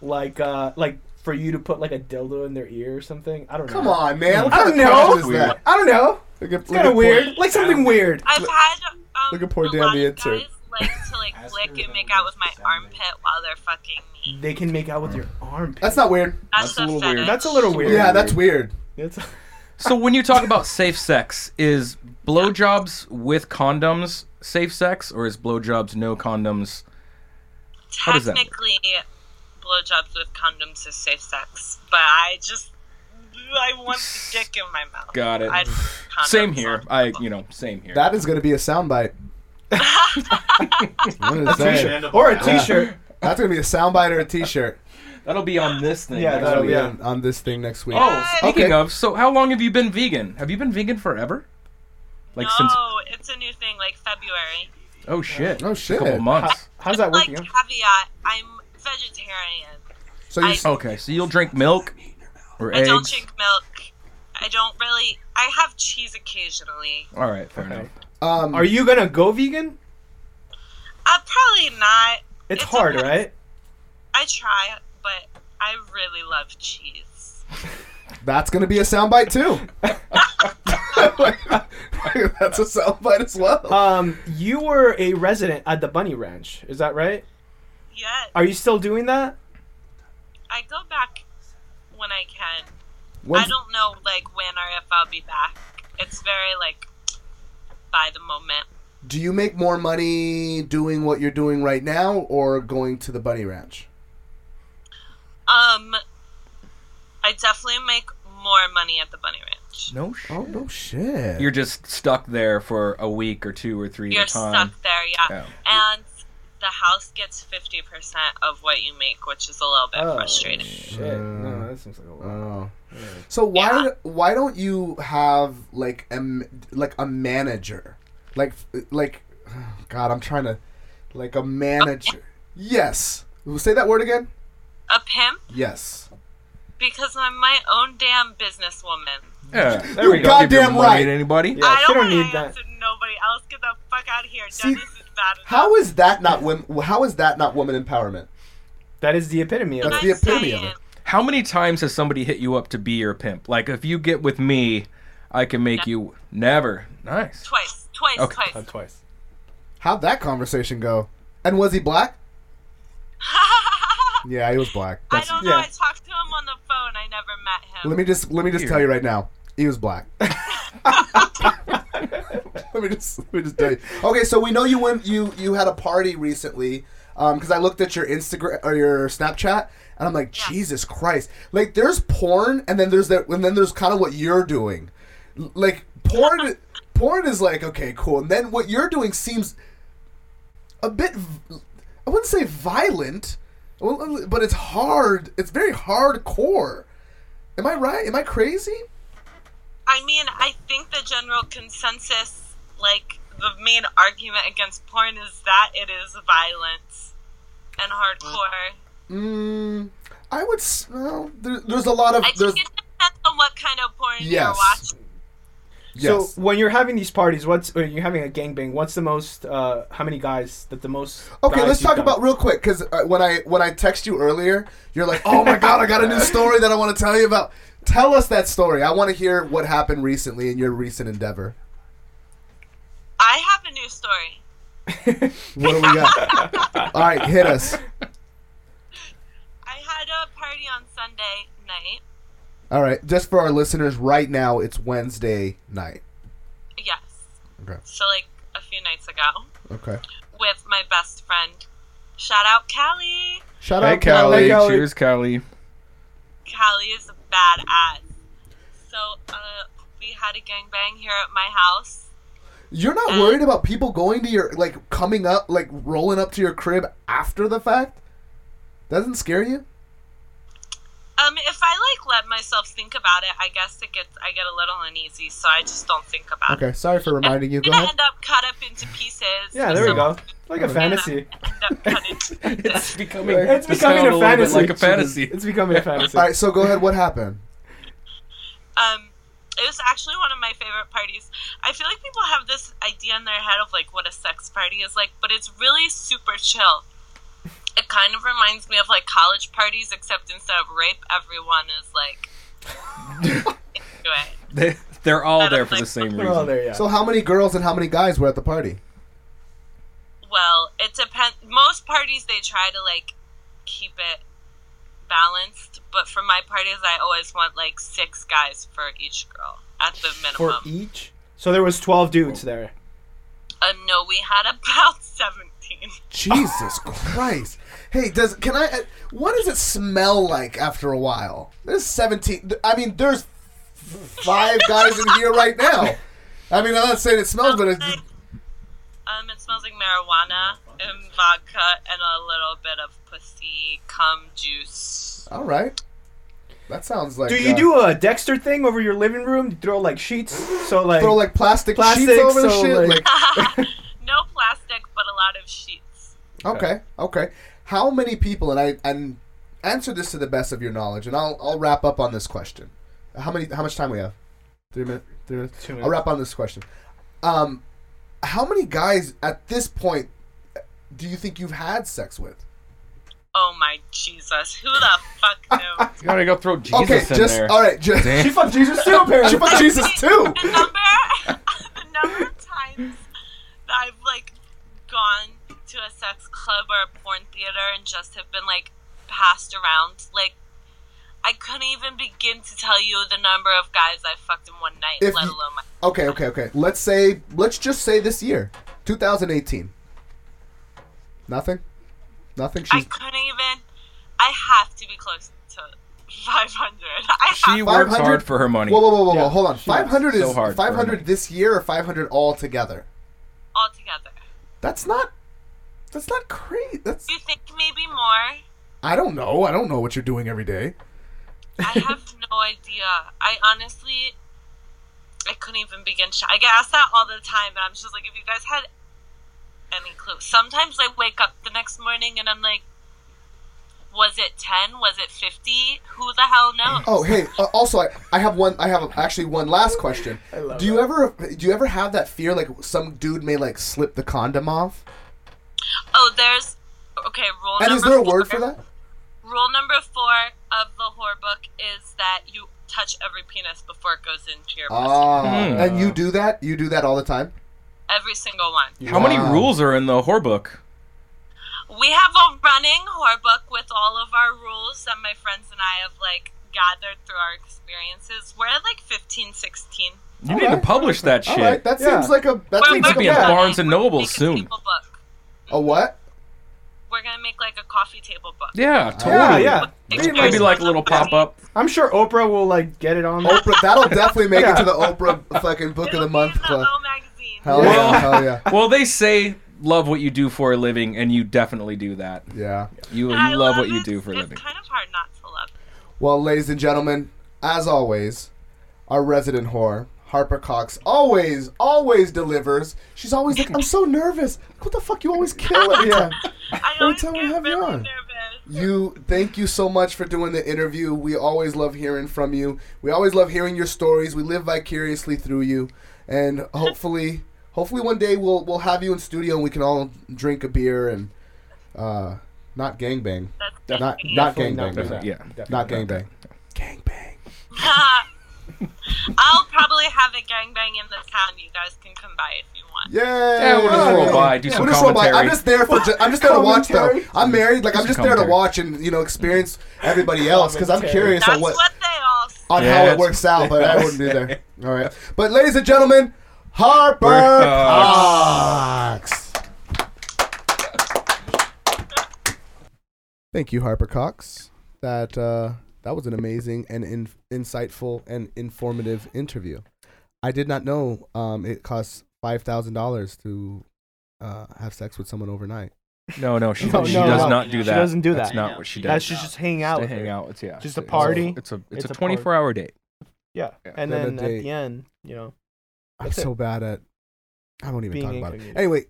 S6: like uh, like for you to put like a dildo in their ear or something. I don't know.
S1: Come on, man. What
S6: I
S1: kind
S6: don't
S1: of question
S6: know.
S1: is that?
S6: I don't know.
S1: Look at-
S6: It's
S1: look
S6: kind of
S1: at
S6: weird. Like something weird.
S9: I've had um,
S1: Look at poor
S9: a
S1: Dan
S9: lot
S1: the
S9: of
S1: intern.
S9: guys like to like lick and make out with my armpit while they're fucking me.
S6: They can make out with your armpit.
S1: That's not weird.
S9: That's,
S3: That's a little
S9: fetish.
S3: weird.
S6: That's a little weird.
S1: Mm. Yeah, that's weird.
S6: It's-
S3: <laughs> So when you talk about safe sex, is blowjobs with condoms safe sex, or is blowjobs no condoms? How does that work?
S9: technically blowjobs with condoms is safe sex, but I just I want the dick in my mouth.
S3: Got it.
S9: I
S3: <sighs>
S9: don't want condoms
S3: Same here.
S9: on.
S3: I you know same here.
S1: That is going to be a soundbite. I'm gonna say it.
S6: or a T-shirt.
S1: That's going to be a soundbite or a T-shirt.
S3: That'll be on this thing.
S6: Yeah,
S3: next
S6: that'll
S3: week.
S6: be-
S1: Yeah, on this thing next week.
S3: Oh, speaking
S1: Okay.
S3: of, so how long have you been vegan? Have you been vegan forever? Like since
S9: no, it's a new thing. Like February.
S3: oh shit,
S1: Oh, shit.
S3: a couple months.
S6: How's that
S9: Like
S6: working? out?
S9: caveat, I'm vegetarian.
S1: So you,
S9: I-
S1: s-
S3: Okay, so you'll drink milk or
S9: I
S3: eggs.
S9: don't drink milk. I don't really. I have cheese occasionally.
S3: All right, fair
S6: Okay.
S3: enough.
S1: um,
S6: Are you gonna go vegan?
S9: Uh, probably not.
S6: It's
S9: It's
S6: hard,
S9: okay.
S6: right?
S9: I try, but I really love cheese.
S1: that's going to be a soundbite too. <laughs> that's a soundbite as well.
S6: Um, you were a resident at the Bunny Ranch, is that right?
S9: Yet
S6: Are you still doing that?
S9: I go back when I can. I
S1: When's-
S9: don't know like when or if I'll be back. It's very like by the moment.
S1: do you make more money doing what you're doing right now or going to the bunny ranch?
S9: Um, I definitely make more money at the Bunny Ranch.
S3: No shit.
S1: Oh no shit.
S3: You're just stuck there for a week or two or three
S9: You're
S3: at a time.
S9: stuck there, yeah.
S3: Yeah.
S9: And the house gets fifty percent of what you make, which is a little bit
S6: Oh,
S9: frustrating.
S6: Shit.
S1: Mm.
S6: No, that seems like a lot.
S1: Oh. So why why don't you have like a m- like a manager, like like, <sighs> God, I'm trying to, like a manager. Yes. Say that word again.
S9: A pimp
S1: Yes.
S9: because I'm my own damn businesswoman.
S3: Yeah.
S6: There we
S1: You're
S6: go.
S3: Don't give your
S1: goddamn
S3: money
S1: right.
S3: to anybody.
S6: Yeah,
S9: I
S6: she
S9: don't
S6: don't
S9: want to
S6: need
S9: answer
S6: that.
S9: to nobody else. Get the fuck out of here.
S1: See-
S9: Dennis is bad enough.
S1: How is that not women? How is that not woman empowerment?
S6: That is the epitome of
S1: That's
S6: it.
S1: the epitome of
S9: saying.
S1: it.
S3: How many times has somebody hit you up to be your pimp? Like, if you get with me, I can make you never. Nice.
S9: Twice, twice,
S3: Okay.
S9: twice.
S6: Not twice.
S1: How'd that conversation go? And was he
S9: <laughs>
S1: black? Yeah, he was black.
S9: I
S1: That's,
S9: don't know.
S6: yeah.
S9: I talked to him on the phone. I never met him.
S1: let me just let me just tell you right now, he was black. <laughs> let me just let me just tell you. Okay, so we know you went you you had a party recently because I looked at your Instagram or your Snapchat and I'm like Jesus Christ, like there's porn and then there's that and then there's kind of what you're doing, L- like porn. porn is like okay, cool, and then what you're doing seems a bit. v- I wouldn't say violent, well, but it's hard. It's very hardcore. Am I right? Am I crazy?
S9: I mean, I think the general consensus, like the main argument against porn, is that it is violence and hardcore.
S1: Mm, I would. s- Well, there, there's a lot of
S9: I think
S1: there's
S9: it depends on what kind of porn you're
S1: Yes.
S9: watching.
S1: yes.
S6: So when you're having these parties, what's when you're having a gangbang? What's the most? Uh, how many guys that the most?
S1: Okay,
S6: guys
S1: let's
S6: you've
S1: talk
S6: done?
S1: about real quick because uh, when I when I text you earlier, you're like, "Oh my god, I got a new story that I want to tell you about." Tell us that story. I want to hear what happened recently in your recent endeavor.
S9: I have a new story.
S1: What do we got?
S9: <laughs>
S1: All right, hit us.
S9: I had a party on Sunday night.
S1: All right, just for our listeners, right now it's Wednesday night.
S9: Yes.
S1: Okay.
S9: So like a few nights ago
S1: Okay.
S9: with my best friend. Shout out Callie.
S1: Shout
S3: Hey,
S1: out, Callie.
S3: Callie.
S6: Callie.
S3: Cheers, Callie.
S9: Callie is a badass. So uh, we had a gangbang here at my house.
S1: You're not worried about people going to your like coming up, like rolling up to your crib after the fact? Doesn't scare you?
S9: Um, if I like let myself think about it, I guess it gets I get a little uneasy, so I just don't think about it.
S1: Okay, sorry for reminding you.
S9: I'm
S1: Go
S9: gonna
S1: ahead.
S9: end up cut up into pieces.
S6: Yeah, there we
S9: So
S6: go. Like a
S9: I'm gonna
S6: fantasy.
S9: End up
S1: <laughs>
S9: cut into pieces.
S3: It's becoming,
S6: It's becoming a fantasy.
S3: like a fantasy.
S6: It's becoming a fantasy.
S1: <laughs> All right, so go ahead. What happened?
S9: Um, it was actually one of my favorite parties. I feel like people have this idea in their head of like what a sex party is like, but it's really super chill. It kind of reminds me of like college parties, except instead of rape, everyone is like into it.
S3: They, they're all
S9: That
S3: there
S9: I'm
S3: for the
S9: like-
S3: same
S6: Oh,
S3: reason.
S6: there you go.
S1: So how many girls and how many guys were at the party?
S9: Well, it depends. Most parties they try to like keep it balanced, but for my parties, I always want like six guys for each girl at the
S6: for
S1: Um,
S6: e-
S9: minimum.
S6: each. So there was twelve dudes
S1: oh
S6: there.
S9: uh, no, we had about <laughs> seventeen.
S1: <laughs> Jesus Christ! Hey, does can I? uh, What does it smell like after a while? There's seventeen. th- I mean, there's f- five guys in here right now. I mean, I'm not saying it smells, but it's,
S9: <laughs> Um, it smells like marijuana and vodka and a little bit of pussy cum juice.
S1: all right. That sounds like.
S6: Do you
S1: uh,
S6: do a Dexter thing over your living room? You throw like sheets, so like,
S1: throw like plastic,
S6: plastic,
S1: sheets over the
S6: so,
S1: shit?
S6: like- <laughs>
S9: no plastic, but a lot of sheets.
S1: Okay, okay. How many people? And I and answer this to the best of your knowledge, and I'll I'll wrap up on this question. How many? How much time we have? Three minutes. Three minutes.
S6: Two
S1: I'll wrap on this question. Um, how many guys at this point do you think you've had sex with?
S9: Oh my Jesus! Who the
S1: <laughs>
S9: fuck knew?
S3: You gotta go throw Jesus
S1: okay,
S3: in
S1: just
S3: there.
S1: all right. Just, <laughs>
S6: she fucked Jesus too apparently.
S1: she fucked Jesus too.
S9: The number, <laughs> the number of times that I've like gone to a sex club or a porn theater and just have been like passed around, like. I couldn't even begin to tell you the number of guys I fucked in one night,
S1: If
S9: let
S1: you-
S9: alone my
S1: Okay, okay, okay. Let's say let's just say this year, 2018. Nothing. Nothing.
S9: I
S1: She's
S9: couldn't even. I have to be close to 500. I have
S3: She
S9: to.
S3: works
S1: 500
S3: hard for her money.
S1: Whoa, whoa, whoa, whoa, whoa!
S6: Yeah,
S1: Hold on.
S6: she
S1: Five hundred
S3: works so
S1: is
S3: hard for
S1: five
S3: her.
S1: hundred this year, or five hundred altogether.
S9: altogether.
S1: That's not. That's not crazy. That's.
S9: Do you think maybe more?
S1: I don't know. I don't know what you're doing every day. <laughs>
S9: I have no idea. I honestly, I couldn't even begin. To, I get asked that all the time, and I'm just like, if you guys had any clue. Sometimes I wake up the next morning and I'm like, was it 10? Was it 50? Who the hell knows?
S1: Oh, hey. Uh, <laughs> also, I, I have one. I have actually one last question. I
S6: love
S1: do you ever do you ever have that fear like some dude may like slip the condom off?
S9: Oh, there's. Okay, rule
S1: And
S9: number
S1: is there a
S9: four.
S1: word for that?
S9: Rule number four of the whore book is that you touch every penis before it goes into your pussy.
S1: Ah,
S3: Hmm.
S1: and you do that? You do that all the time?
S9: every single one.
S3: How many
S1: Wow.
S3: rules are in the whore book?
S9: We have a running whore book with all of our rules that my friends and I have like gathered through our experiences. We're at like 15, 16.
S3: You
S1: All
S3: need to
S1: right.
S3: publish that shit.
S1: All right, that
S6: Yeah.
S1: seems like a that
S9: We're
S1: seems like
S3: to be
S1: a
S9: working
S1: bad.
S3: in
S9: on it.
S3: Barnes and
S9: We're gonna
S3: Noble
S9: make a
S3: soon.
S9: table book.
S1: A what?
S9: We're gonna make like a coffee table book.
S3: Yeah, totally.
S6: <laughs> Yeah, yeah.
S9: It's
S3: Maybe
S9: very
S3: like a little
S9: specific.
S3: pop up.
S6: I'm sure Oprah will like get it on.
S1: Oprah, that'll definitely make it to the Oprah fucking book of
S9: It'll
S1: the month
S9: be in the
S1: club.
S9: O
S1: Hell
S3: Well-
S1: yeah! Hell yeah!
S3: <laughs> Well, they say love what you do for a living, and you definitely do that.
S1: Yeah.
S3: You
S9: I
S3: love, what
S9: it.
S3: you do for a living.
S9: It's kind of hard not to love.
S1: Well, ladies and gentlemen, as always, our resident whore, Harper Cox, always, always delivers. She's always like, I'm so nervous. Like, What the fuck? You always kill it. Yeah.
S9: I always
S1: time we
S9: get
S1: have you
S9: really
S1: on.
S9: nervous.
S1: You, thank you so much for doing the interview. We always love hearing from you. We always love hearing your stories. We live vicariously through you. And hopefully, hopefully one day we'll, we'll have you in studio and we can all drink a beer and, uh, not gangbang. Not,
S9: That's
S1: not
S6: Definitely not
S1: gangbang.
S6: gangbang.
S3: Yeah.
S1: Not gangbang. Gangbang.
S9: Uh, I'll probably have a gangbang in the town. You guys can come by if you want.
S1: Yay!
S3: Yeah, we'll just roll by, do some
S1: we'll just roll by. I'm
S3: commentary.
S1: just there for. Ju- I'm just there to watch, though.
S6: Commentary?
S1: I'm married. Like I'm
S3: Just
S1: just there to
S3: commentary.
S1: watch and you know experience everybody else because I'm
S6: Commentary.
S1: curious
S9: That's
S1: on
S9: what,
S1: what
S9: they all say.
S1: on
S3: Yeah,
S1: how it
S3: that's-
S1: works out. But I wouldn't be there. All right. But ladies and gentlemen, Harper Cox. Thank you, Harper Cox. That uh, that was an amazing and in- insightful and informative interview. I did not know um, it costs five thousand dollars to uh, have sex with someone overnight.
S3: No,
S1: <laughs>
S3: no, she,
S6: No,
S3: she
S6: no,
S3: does
S6: no.
S3: not do that.
S6: She doesn't do
S3: That's
S6: that.
S3: not what she does.
S6: That's just, just hang out.
S3: They
S6: with
S3: hang
S6: her.
S3: out. It's yeah.
S6: Just a
S3: it's
S6: party.
S3: It's a it's,
S6: It's a
S3: a
S6: party.
S3: 24 hour date.
S6: Yeah.
S3: Yeah.
S6: And
S1: Then a
S6: then at
S1: date.
S6: the end, you know,
S1: I'm
S6: That's it. <laughs>
S1: so bad at. I won't even
S6: Being
S1: talk about it.
S6: inconvenient.
S1: Anyway,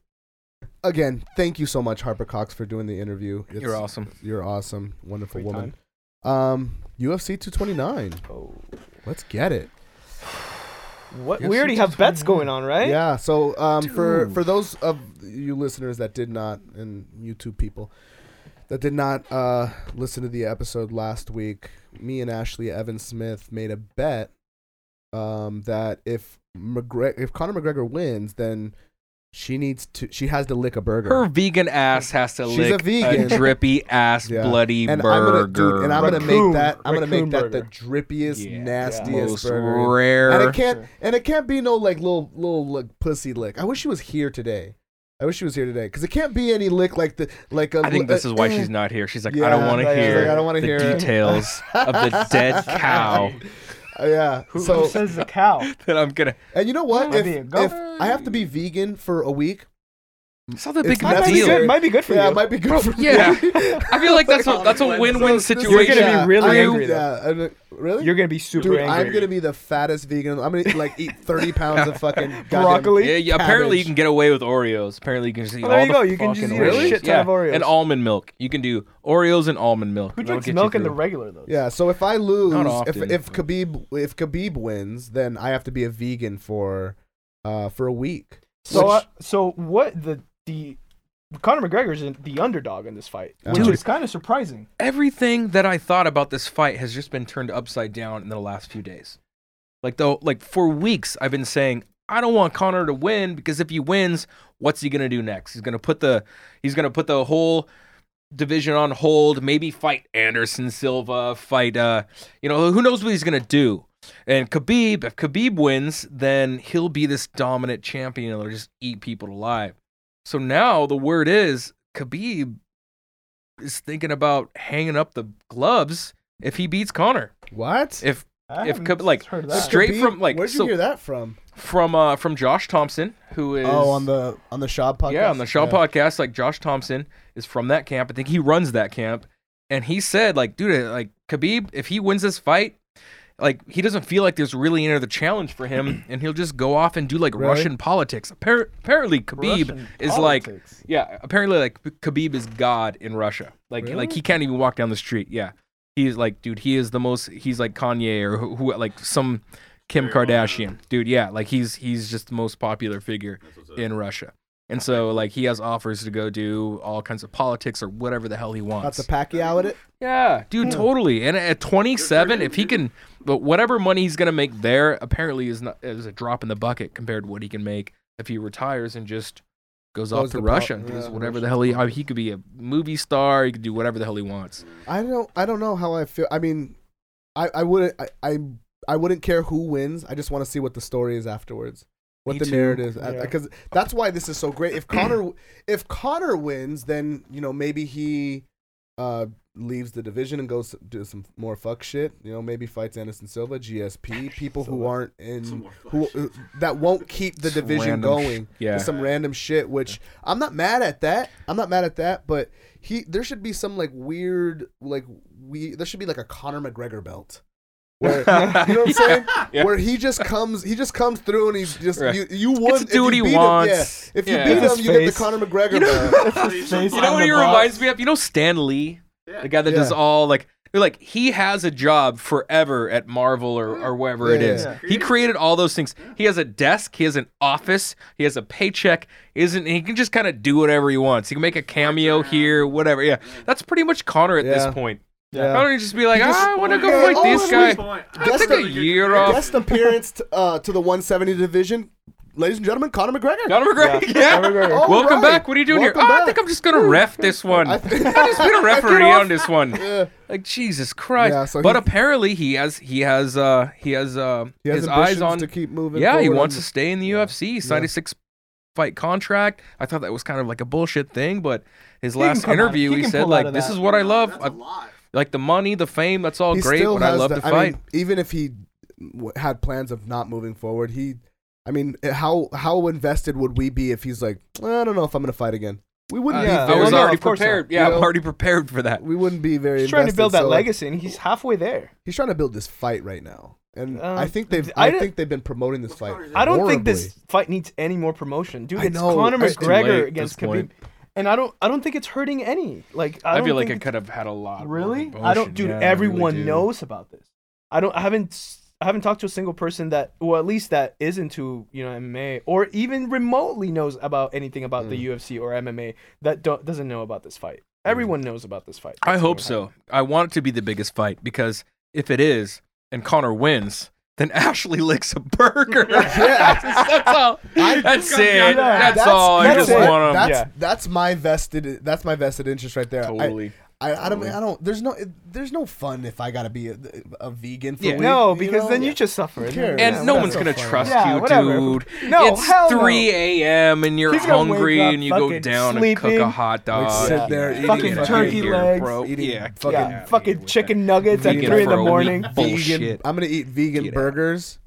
S1: again, thank you so much, Harper Cox, for doing the interview. It's-
S3: You're awesome.
S1: You're awesome. Wonderful
S6: free
S1: woman.
S6: time.
S1: Um, UFC 229.
S6: Oh.
S1: Let's get it.
S6: What?
S1: Yes,
S6: We
S1: you
S6: already have
S1: just
S6: bets
S1: hung
S6: going on, right?
S1: Yeah. So um, for
S3: Eh? Dude.
S1: for those of you listeners that did not, and YouTube people that did not uh, listen to the episode last week, me and Ashley Evan Smith made a bet um, that if McGreg- if Conor McGregor wins, then she needs to she has to lick a burger.
S3: Her vegan ass has to
S1: She's a
S3: lick
S1: vegan.
S3: drippy ass
S1: Yeah.
S3: bloody
S1: and
S3: burger.
S1: I'm gonna, dude, and I'm gonna make
S6: Raccoon.
S1: that I'm gonna make
S6: Raccoon
S1: that the
S6: burger.
S1: drippiest,
S3: Yeah.
S1: nastiest
S3: most
S1: burger.
S3: rare.
S1: And it can't and it can't be no like little little like, pussy lick. I wish she was here today. I wish she was here today because it can't be any lick like the like. A,
S3: I think this
S1: uh,
S3: is
S1: <laughs>
S3: why
S1: eh.
S3: she's not here. She's like,
S1: Yeah,
S3: I don't want
S1: yeah,
S3: to
S1: she's
S3: hear
S1: like, I don't wanna
S3: the
S1: hear it."
S3: details
S1: <laughs>
S3: of the dead cow
S1: Uh, yeah.
S6: Who,
S1: so
S6: who says the cow?
S3: that I'm gonna.
S1: and you know what?
S6: Might
S1: If,
S6: be a
S1: if
S6: goat.
S1: I have to be vegan for a week,
S3: It's not the
S1: It's
S3: big
S1: not
S3: of a
S1: that
S6: might, be
S3: deal.
S1: serious.
S6: good, might be good for
S1: yeah,
S6: you.
S1: it
S6: <laughs>
S1: might be good for me.
S3: Yeah.
S1: So
S3: I feel like that's a that's a win-win
S1: this is-
S3: situation.
S6: You're gonna be really
S1: I-
S6: angry, though.
S1: Yeah, I'm- really.
S6: You're gonna be super
S1: Dude,
S6: angry.
S1: I'm gonna be the fattest vegan. I'm gonna like eat 30 pounds of fucking goddamn-
S6: <laughs> broccoli.
S3: Yeah, yeah, apparently you
S1: Cabbage.
S3: can get away with Oreos. Apparently you can just eat
S6: Oh, there
S3: all
S6: you
S3: the
S6: go. You can just
S3: fucking
S6: eat a
S3: Oreos.
S6: shit ton
S3: yeah.
S6: of Oreos.
S3: And almond milk. You can do Oreos and almond milk.
S6: Who
S3: That'll
S6: drinks
S3: get you
S6: milk in the
S3: through.
S6: regular though?
S1: Yeah, so if I lose,
S3: Not
S1: if
S3: often,
S1: if
S3: but-
S1: Khabib if Khabib wins, then I have to be a vegan for uh for a week.
S6: So,
S1: Which-
S6: uh, so what the the Conor McGregor's in- the underdog in this fight, which
S1: Dude.
S6: is kind of surprising.
S3: Everything that I thought about this fight has just been turned upside down in the last few days. Like though, like for weeks I've been saying I don't want Connor to win because if he wins, what's he gonna do next? He's gonna put the he's gonna put the whole division on hold. Maybe fight Anderson Silva, fight uh, you know, who knows what he's gonna do. And Khabib, if Khabib wins, then he'll be this dominant champion and he'll just eat people alive. So now the word is Khabib is thinking about hanging up the gloves if he beats Connor.
S1: what?
S3: If
S6: I
S3: If
S6: haven't
S3: Khabib- like,
S6: heard of
S1: That's
S6: that.
S3: straight
S1: Khabib?
S3: from, like,
S1: Where'd you
S3: so-
S1: hear that from?
S3: from uh from Josh Thompson, who is
S1: Oh, on the on the Shaw podcast.
S3: yeah on the Shaw
S1: Yeah.
S3: podcast. Like Josh Thompson is from that camp. I think he runs that camp, and he said like, dude, like Khabib, if he wins this fight. Like he doesn't feel like there's really any other challenge
S1: <clears throat>
S3: for him, and he'll just go off and do like
S1: Really?
S3: Russian politics. Appar- apparently, Khabib
S6: Russian
S3: is like,
S6: politics.
S3: yeah, apparently like Khabib is god in Russia. Like, like he can't even walk down the street. Yeah, he is like, dude, he is the most. He's like Kanye or who, who like some Kim Kardashian, dude. Yeah, like he's he's just the most popular figure in Russia, and so like he has offers to go do all kinds of politics or whatever the hell he wants.
S1: That's a Pacquiao at it.
S3: yeah,
S1: Hmm.
S3: dude, totally. And at 27, if he can, but whatever money he's gonna make there, apparently is not is a drop in the bucket compared to what he can make if he retires and just goes off
S1: Goes
S3: to
S1: to
S3: Russia
S1: pol-
S3: and does
S1: yeah,
S3: whatever the hell he. I mean, he could be a movie star. He could do whatever the hell he wants.
S1: I don't I don't know how I feel. I mean, I I wouldn't I I, I wouldn't care who wins. I just want to see what the story is afterwards. What
S3: Me
S1: the
S3: too.
S1: narrative uh,
S6: Yeah.
S1: because that's why this is so great. If Connor if Connor wins, then you know maybe he uh, leaves the division and goes to do some more fuck shit. You know, maybe fights Anderson Silva,
S3: <laughs>
S1: GSP, people who aren't in who uh, that won't keep the
S3: Some
S1: division
S3: random sh-
S1: going.
S3: yeah.
S1: some random shit. Which I'm not mad at that. I'm not mad at that. But he, there should be some like weird, like we, there should be like a Conor McGregor belt. Where, you know what I'm saying?
S3: <laughs> Yeah.
S1: Where he just comes, he just comes through, and he's just
S3: Right.
S1: you. You won.
S3: It's a dude
S1: if
S3: he
S1: you beat
S3: wants.
S1: Him, yeah. If you
S3: Yeah.
S1: beat
S3: It's
S1: him,
S6: his
S1: you get the
S6: face.
S1: Conor McGregor belt.
S3: You know what he reminds me of? You know Stan Lee,
S2: Yeah.
S3: the guy that does
S1: Yeah.
S3: all like you're like he has a job forever at Marvel or, or wherever it
S1: Yeah,
S3: is.
S1: yeah.
S3: He created all those things. He has a desk, he has an office, he has a paycheck. He isn't he can just kind of do whatever he wants. He can make a cameo here, whatever. Yeah, that's pretty much Connor at
S1: Yeah.
S3: this point.
S1: Yeah.
S3: Connor would just be like,
S1: He just-
S3: "Ah, I want to go
S1: Yeah,
S3: fight this
S1: always
S3: guy.
S1: Guess
S3: Took
S1: the-
S3: a year off.
S1: guest appearance t- uh, to the 170 division, ladies and gentlemen, Conor McGregor.
S3: Conor McGregor. Yeah.
S6: Conor McGregor.
S1: All
S3: Welcome
S1: right.
S3: back. What are you doing
S1: Welcome
S3: here? Oh, I
S1: back.
S3: think I'm just
S1: <laughs>
S3: gonna ref this one. <laughs>
S1: I
S3: I
S1: think-
S3: am just been a referee
S1: off.
S3: on this one.
S1: <laughs> Yeah.
S3: Like Jesus Christ!
S1: Yeah, so
S3: but
S1: he-
S3: apparently he has he has uh he has uh
S1: He has
S3: his eyes
S1: ambitions
S3: on
S1: to keep moving.
S3: yeah he
S1: forward
S3: wants
S1: on
S3: to stay in the UFC. He signed
S1: Yeah.
S3: a six fight contract. I thought that was kind of like a bullshit thing, but his
S6: can
S3: last
S6: come out-
S3: interview
S6: he
S3: he,
S6: can
S3: said
S6: pull out
S3: like
S6: of
S3: this
S6: that.
S3: is what I love,
S2: That's
S3: I,
S2: a lot.
S3: like the money, the fame, that's all
S1: He
S3: great,
S1: still
S3: but I
S1: has
S3: love
S1: the-
S3: to
S1: I
S3: fight.
S1: mean, even if he w- had plans of not moving forward, he, I mean, eh, how how invested would we be if he's like, "Well, I don't know if I'm gonna fight again? We wouldn't
S6: Uh, yeah.
S1: be.
S3: I
S1: Very,
S3: was
S6: no,
S3: already
S6: of course not.
S3: prepared. Yeah,
S1: You
S3: I'm
S1: know?
S3: already prepared for
S1: <laughs>
S3: that.
S1: we wouldn't be very.
S6: He's trying to
S1: invested,
S6: build that
S1: so, like,
S6: legacy, and he's halfway there.
S1: He's trying to build this fight right now, and
S6: Uh,
S1: I think they've.
S6: I
S1: I,
S6: don't-
S1: think they've been promoting this fight.
S6: I don't think
S1: horribly.
S6: this fight needs any more promotion, dude.
S1: I
S6: It's
S1: know,
S6: Conor
S1: it's too
S3: late
S6: McGregor
S3: at
S6: against
S3: this
S6: Khabib,
S3: point.
S6: and I don't, I don't think it's hurting any. Like I,
S3: I,
S6: don't
S3: feel like
S6: think
S3: it could have had a lot. more
S6: Really? I
S3: promotion.
S6: don't, dude.
S3: Yeah, I really
S6: everyone
S3: do.
S6: knows about this. I don't. I haven't. s- I haven't talked to a single person that, well, at least that is into you know MMA or even remotely knows about anything about the UFC or MMA that don't, doesn't know about this fight. Everyone knows about this fight.
S3: I
S6: That's
S3: hope
S6: what
S3: so. I want it to be the biggest fight because if it is and Connor wins, then <laughs> Ashley licks a
S6: <laughs>
S3: burger. that's all. that's it.
S6: down to
S3: That's,
S6: that.
S1: That's-
S3: all. I
S1: that's
S3: just
S1: it.
S3: want him.
S1: That's
S6: Yeah.
S1: that's my vested. That's my vested interest right there. I-
S3: Totally.
S1: I, I don't. I don't. There's no. There's no fun if I gotta be a, a vegan for
S3: Yeah.
S1: a week,
S6: No,
S1: you
S6: because
S1: know?
S6: then you just suffer.
S1: Who cares?
S3: and
S1: Yeah,
S3: no
S1: that's
S3: one's
S1: so
S3: gonna
S1: funny.
S3: trust
S6: Yeah,
S3: you,
S6: whatever.
S3: dude.
S6: No,
S3: it's
S6: hell no.
S3: 3 a.m. and you're
S6: He's gonna
S3: hungry
S6: wake up
S3: and you go
S6: fucking
S3: down and cook
S6: sleeping.
S3: a hot dog.
S1: sit
S6: Yeah.
S1: there eating
S6: Fucking
S1: fucking
S6: turkey
S3: beer,
S6: legs.
S3: bro.
S1: Eating
S3: yeah.
S1: fucking
S6: Yeah, fucking chicken nuggets at
S3: Vegan
S6: three in
S3: for
S6: the
S3: a week.
S1: <laughs>
S6: morning,
S1: vegan.
S3: Bullshit.
S1: I'm gonna eat vegan
S3: Get out.
S1: burgers.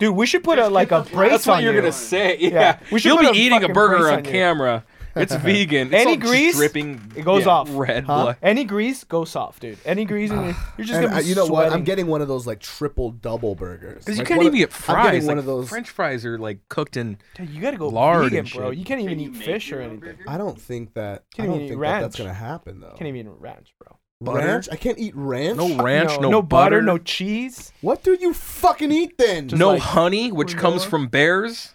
S6: dude. We should put a like a brace
S3: That's what
S6: on
S3: you're
S6: you.
S3: gonna say. Yeah,
S6: We should
S3: you'll
S6: put
S3: be
S6: a
S3: eating a
S6: fucking
S3: burger
S6: brace
S3: on,
S6: on you.
S3: camera.
S6: <laughs>
S3: It's vegan. It's
S6: Any
S3: all just
S6: grease,
S3: dripping,
S6: it goes
S3: yeah,
S6: off.
S3: Red
S1: Huh?
S3: blood.
S6: Any grease, go soft, dude. Any grease, in it, you're just
S1: And
S6: gonna
S1: I-
S6: be
S1: you know
S6: sweating.
S1: what? I'm getting one of those like triple double burgers. Like,
S3: Because you
S1: one
S3: can't even
S1: of-
S3: get
S1: I'm
S3: fries.
S1: getting one
S3: like,
S1: of those.
S3: French fries are like cooked in.
S6: Dude, you gotta go
S3: lard
S6: vegan,
S3: and
S6: bro.
S3: shit.
S6: You can't even eat
S2: make
S6: fish or
S2: your own
S6: anything.
S2: burger?
S1: I don't think that. I
S6: Can't
S1: don't
S6: even eat
S1: think that that's
S6: ranch.
S1: gonna happen though.
S6: Can't even eat ranch, bro.
S3: butter.
S1: ranch? I can't eat ranch.
S3: No ranch, no,
S6: butter,
S3: <laughs>
S6: no cheese.
S1: What do you fucking eat then?
S3: no
S6: like-
S3: honey, which comes from bears.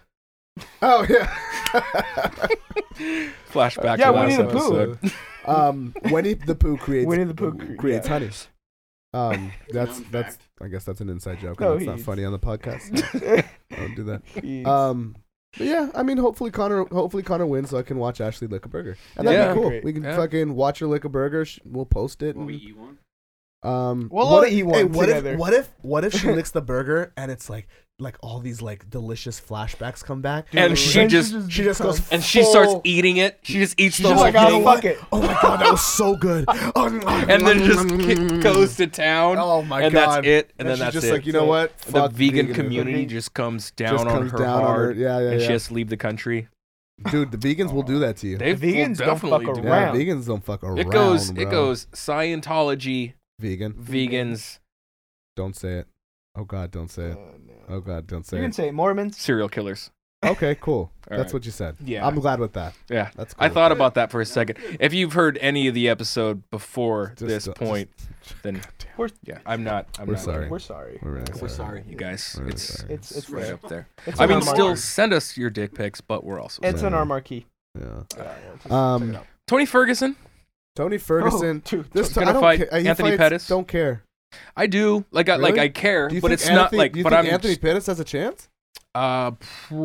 S1: Oh
S6: <laughs>
S1: yeah. <laughs>
S3: Flashback.
S6: Yeah,
S3: to
S6: Winnie
S3: last
S6: the Pooh.
S3: episode.
S6: <laughs>
S1: um, Winnie the Pooh creates
S6: Winnie the Pooh cre-
S1: creates
S6: yeah.
S1: honey.
S3: <laughs>
S1: Um, that's
S2: Known
S1: that's.
S2: fact.
S1: I guess that's an inside joke.
S6: No,
S1: and that's not
S6: he-
S1: funny on the
S6: <laughs>
S1: podcast. don't do that.
S6: Jeez.
S3: Uh,
S1: Um, but yeah, I mean, hopefully Connor, hopefully Connor wins, so I can watch Ashley lick a burger, and that'd
S3: Yeah.
S1: be cool.
S6: Great.
S1: We can
S3: Yeah.
S1: fucking watch her lick a burger. sh- We'll post it.
S2: Will we
S1: And,
S2: eat one?
S1: um,
S6: We'll all
S1: what if,
S6: eat one
S1: hey, what
S6: together.
S1: if what if what if
S6: <laughs>
S1: she licks the burger and it's like like all these like delicious flashbacks come back,
S3: And she just
S1: she just goes
S3: and she starts
S1: full-
S3: eating it. She just eats the
S6: just
S3: whole
S6: like, "Oh,
S3: thing,
S6: fuck it."
S1: Oh my god, that was so
S6: <laughs>
S1: good. Oh,
S3: and then
S1: <laughs>
S3: just ki- goes to town.
S1: Oh my
S3: and
S1: god,
S3: that's it. And, then
S1: she's
S3: that's
S1: just
S3: it.
S1: like you know what,
S3: the
S1: Fuck
S3: vegan
S1: veganism.
S3: community just comes down on
S1: comes
S3: her
S1: down on her.
S3: hard.
S1: Yeah, yeah,
S3: And
S1: yeah.
S3: she has to leave the country.
S1: dude. The vegans will do that to you.
S3: They
S6: The
S3: will
S6: vegans don't
S3: definitely
S6: fuck
S3: do
S1: yeah,
S3: that.
S6: around.
S1: vegans don't fuck around.
S3: It goes.
S1: bro.
S3: It goes. Scientology,
S1: vegan.
S3: vegans,
S1: Don't say it. Oh God, don't
S3: Uh,
S1: say it. Oh God, don't
S6: You
S1: say
S6: can
S1: it.
S6: say Mormons.
S3: serial killers.
S1: Okay, <laughs> cool.
S3: All
S1: That's
S3: right.
S1: what you said.
S3: Yeah.
S1: I'm glad with that.
S3: Yeah.
S1: That's. Cool.
S3: I thought about that for a second. If you've heard any of the episode before
S1: Just-
S3: this
S1: just- <laughs>
S3: point, then
S6: We're,
S3: yeah, I'm not. I'm
S1: We're
S3: not
S1: sorry.
S6: we're sorry.
S1: We're really
S3: We're
S1: sorry.
S3: sorry, you guys.
S1: We're really
S3: it's
S1: sorry.
S6: It's it's
S3: right
S6: there.
S3: up there.
S6: It's
S3: I
S6: on
S3: mean,
S6: our mark.
S3: still send us your dick pics, but we're also
S6: It's on our marquee.
S1: Yeah.
S6: Yeah,
S1: Um,
S3: Tony Ferguson.
S1: Tony
S6: Oh,
S1: Ferguson.
S6: dude,
S1: This
S3: gonna
S1: time, I don't
S3: fight
S1: care. He
S3: Anthony
S1: fights-
S3: Pettis.
S1: Don't care.
S3: I do like I like
S1: Really?
S3: I care,
S1: Do you
S3: but
S1: think
S3: it's
S1: Anthony,
S3: not like.
S1: Do you
S3: but
S1: think
S3: I'm
S1: Anthony Pettis has a chance?
S3: uh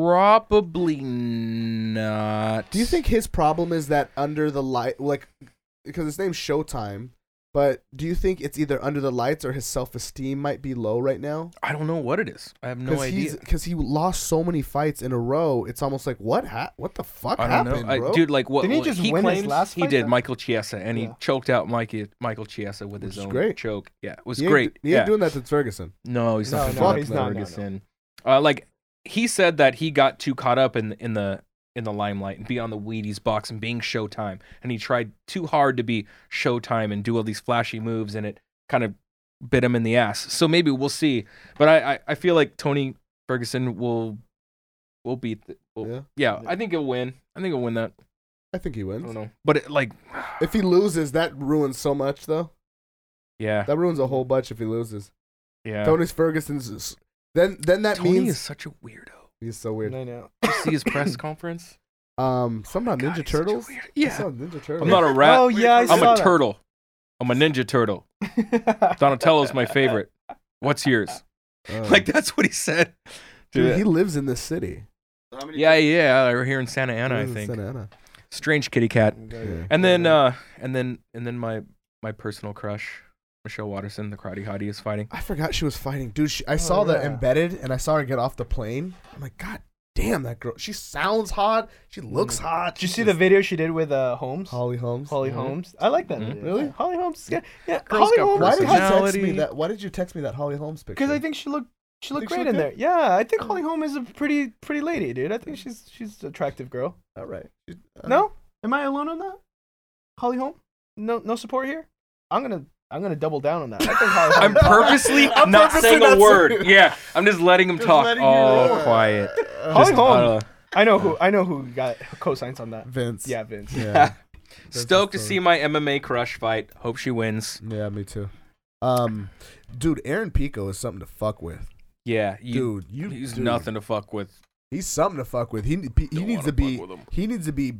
S3: probably not.
S1: Do you think his problem is that under the light, like, because his name's Showtime, But do you think it's either under the lights or his self esteem might be low right now?
S3: I don't know what it is. I have no
S1: Cause
S3: idea.
S1: he's Because he lost so many fights in a row, it's almost like what ha- what the fuck
S3: I don't
S1: happened,
S3: know, I-
S1: bro?
S3: dude. Like what?
S6: Didn't he
S3: what-
S6: just win his
S3: claims
S6: last
S3: He
S6: fight
S3: did,
S6: then?
S3: Michael Chiesa, and he
S6: Yeah.
S3: choked out Mikey Michael Chiesa with his
S1: is
S3: own
S1: great.
S3: choke. Yeah, it was
S1: he ain't-
S3: great.
S1: He ain't
S3: yeah.
S1: doing that to Ferguson.
S3: No, he's not.
S6: No,
S3: doing
S1: no,
S3: that
S1: he's
S3: to
S1: not, no,
S6: no.
S3: Ferguson. Uh, like he said that he got too caught up in in the in the limelight and be on the Wheaties box and being Showtime, and he tried too hard to be Showtime and do all these flashy moves, and it kind of bit him in the ass. So maybe we'll see. But I I, I feel like Tony Ferguson will will beat. The, will-
S1: Yeah.
S3: yeah, I think he'll win. I think he'll win that.
S1: I think he
S3: I don't
S1: wins. <laughs>
S3: know, but it, like,
S1: If he loses, that ruins so much though.
S3: yeah,
S1: That ruins a whole bunch if he loses.
S3: yeah.
S1: Tony Ferguson's then then that
S3: Tony
S1: means
S3: is such a weirdo.
S1: he's so weird.
S6: I know.
S3: Did you see
S1: <laughs>
S3: his press conference?
S1: Um, something about
S3: God,
S1: Ninja
S3: he's such a
S1: Turtles.
S3: weirdo.
S1: I
S3: Yeah,
S1: saw Ninja Turtles. <laughs>
S3: I'm not a rat.
S6: oh yeah, I
S3: I'm
S6: saw
S3: a turtle. I'm a ninja turtle.
S6: that. <laughs>
S3: Donatello's my favorite. What's yours?
S1: <laughs> Uh,
S3: Like that's what he said.
S1: dude, he lives in this city.
S3: yeah, yeah, we're here in Santa
S1: He
S3: Ana, I
S1: lives in
S3: think.
S1: Santa Ana.
S3: Strange kitty cat.
S1: Yeah.
S3: And then uh and then and then my my personal crush, Michelle Watterson, the karate hottie is fighting.
S1: I forgot she was fighting, dude. She,
S3: Oh,
S1: I saw the
S6: yeah.
S1: embedded, and I saw her get off the plane. I'm like, God damn, that girl. She sounds hot. She
S3: Mm.
S1: looks hot.
S6: Did you
S1: She's
S6: see the video she did with uh, Holmes?
S1: Holly Holmes?
S6: Holly Holmes. I like that.
S3: Mhm.
S6: Video.
S1: Really?
S6: Holly Holmes. Yeah. yeah.
S3: Mm-hmm. Girl's
S6: Holly
S3: got
S6: Holmes.
S1: Why did you text me
S3: Personality.
S1: that? Why did you text me that Holly Holmes picture?
S6: Because I think she looked she looked
S1: Think she
S6: great
S1: looked
S6: in there. Yeah, I think Holly Holm is a pretty pretty lady, dude. I think she's she's an attractive girl.
S1: all right. uh, Uh-huh.
S6: no, am I alone on that? Holly Holm? No, no support here. I'm gonna I'm gonna double down on that. I think Holly
S3: I'm
S1: <laughs>
S6: Holm.
S3: purposely
S1: I'm
S3: not
S1: purposely
S3: saying
S1: not
S3: a word.
S1: saying-
S3: Yeah, I'm just letting him
S1: Just
S3: talk
S1: letting you-
S3: all
S1: Uh, <laughs>
S3: quiet.
S6: Holly
S3: Just,
S6: Holm.
S3: uh,
S6: I know who I know who got cosigns on that.
S1: Vince.
S6: Yeah, Vince.
S3: <laughs>
S1: Yeah. That's
S3: stoked to
S1: the
S3: see my MMA crush fight. Hope she wins.
S1: Yeah, me too. Um, dude, Aaron Pico is something to fuck with.
S3: Yeah, you,
S1: dude, you
S3: he's
S1: dude,
S3: nothing to fuck with.
S1: He's something to fuck with. He ne- he needs to be. He needs to be.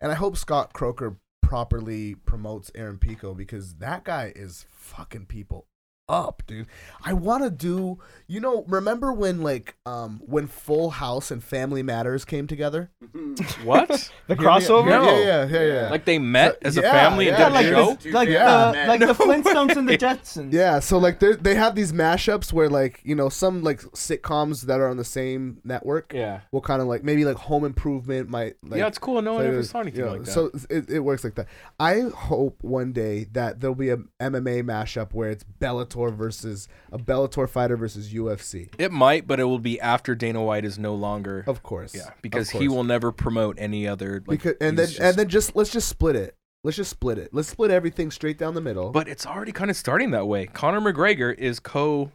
S1: And I hope Scott Croker properly promotes Aaron Pico because that guy is fucking people up, dude. I want to do. You know, remember when like um when Full House and Family Matters came together?
S3: What?
S6: The
S1: Hear me-
S6: crossover.
S3: No.
S1: Yeah, yeah, yeah, <laughs> yeah.
S3: Like they
S1: Uh,
S3: met as a
S1: yeah,
S3: family
S1: yeah,
S3: and did
S6: like
S3: a
S1: dude.
S3: show.
S6: the, like
S1: Yeah.
S6: the like
S3: No
S6: the Flintstones and the
S3: way.
S6: Jetsons.
S1: Yeah, so like they they have these mashups where like you know some like sitcoms that are on the same network
S3: Yeah.
S1: will kind of like maybe like Home Improvement might like
S3: yeah, it's cool. No one
S1: play
S3: ever
S1: with-
S3: saw anything
S1: yeah,
S3: like that.
S1: So it, it works like that. I hope one day that there'll be a MMA mashup where it's Bellator versus a Bellator fighter versus UFC.
S3: it might, but it will be after Dana White is no longer.
S1: Of course,
S3: yeah,
S1: Of
S3: because he
S1: course.
S3: will never promote any other. Like,
S1: because and then
S3: he's
S1: and
S3: just-
S1: then just let's just split it. Let's just split it. Let's split everything straight down the middle.
S3: But it's already kind of starting that way. Conor McGregor is co-producing.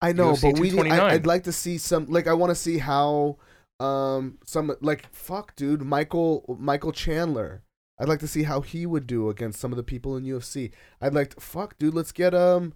S1: I know,
S3: UFC
S1: but we. I,
S3: 229.
S1: I'd like to see some. Like, I want to see how. Um, some like fuck, dude. Michael Michael Chandler. I'd like to see how he would do against some of the people in UFC. I'd like to fuck, dude. Let's get um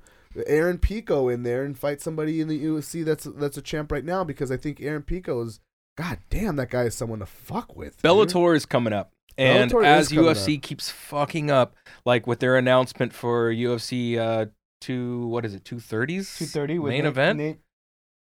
S1: Aaron Pico in there and fight somebody in the UFC that's that's a champ right now because I think Aaron Pico is. God damn, that guy is someone to fuck with. dude.
S3: Bellator is coming up. And
S1: Bellator is
S3: as
S1: coming
S3: UFC keeps fucking up, like with their announcement for UFC uh two what is it, two thirties?
S6: Two thirty with
S3: main
S6: Nate,
S3: event?
S6: Nate,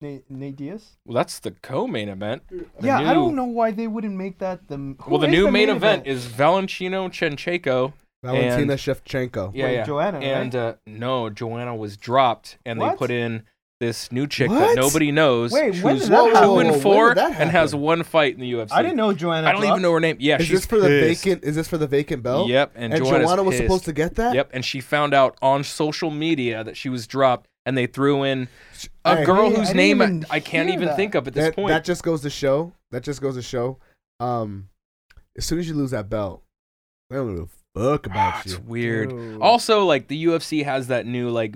S6: Nate, Nate Diaz.
S3: Well that's the co main event. The
S6: yeah, I
S3: new-
S6: don't know why they wouldn't make that the. who
S3: Well the
S6: is
S3: new main, event, is Valentino Chenchenko.
S1: Valentina
S3: and-
S1: Shevchenko.
S3: Yeah,
S6: Wait,
S3: yeah.
S6: Joanna, right?
S3: and uh no, Joanna was dropped and they
S6: What?
S3: put in this new chick
S1: What?
S3: that nobody knows.
S6: Wait, when did
S3: who's two
S6: that happen? Whoa,
S1: when
S3: and
S1: did
S3: four
S1: that
S3: and has
S1: happen?
S3: one fight in the UFC.
S6: I didn't know Joanna.
S3: I don't even know her name. Yeah,
S1: Is
S3: she's
S1: this for the
S3: pissed.
S1: vacant? Is this for the vacant belt?
S3: Yep, and,
S1: And, Joanna
S3: Joanna's
S1: was
S3: pissed.
S1: supposed to get that.
S3: Yep, and she found out on social media that she was dropped, and they threw in a
S1: Hey.
S3: girl
S6: Hey, I
S3: whose
S6: didn't
S3: name I,
S6: even
S3: I can't
S6: hear
S3: even
S6: that.
S3: think of at this
S1: that,
S3: point.
S1: that just goes to show. That just goes to show. Um, as soon as you lose that belt, they don't give a fuck
S3: Ah,
S1: about
S3: it's
S1: you.
S3: weird.
S6: Dude.
S3: Also, like the UFC has that new like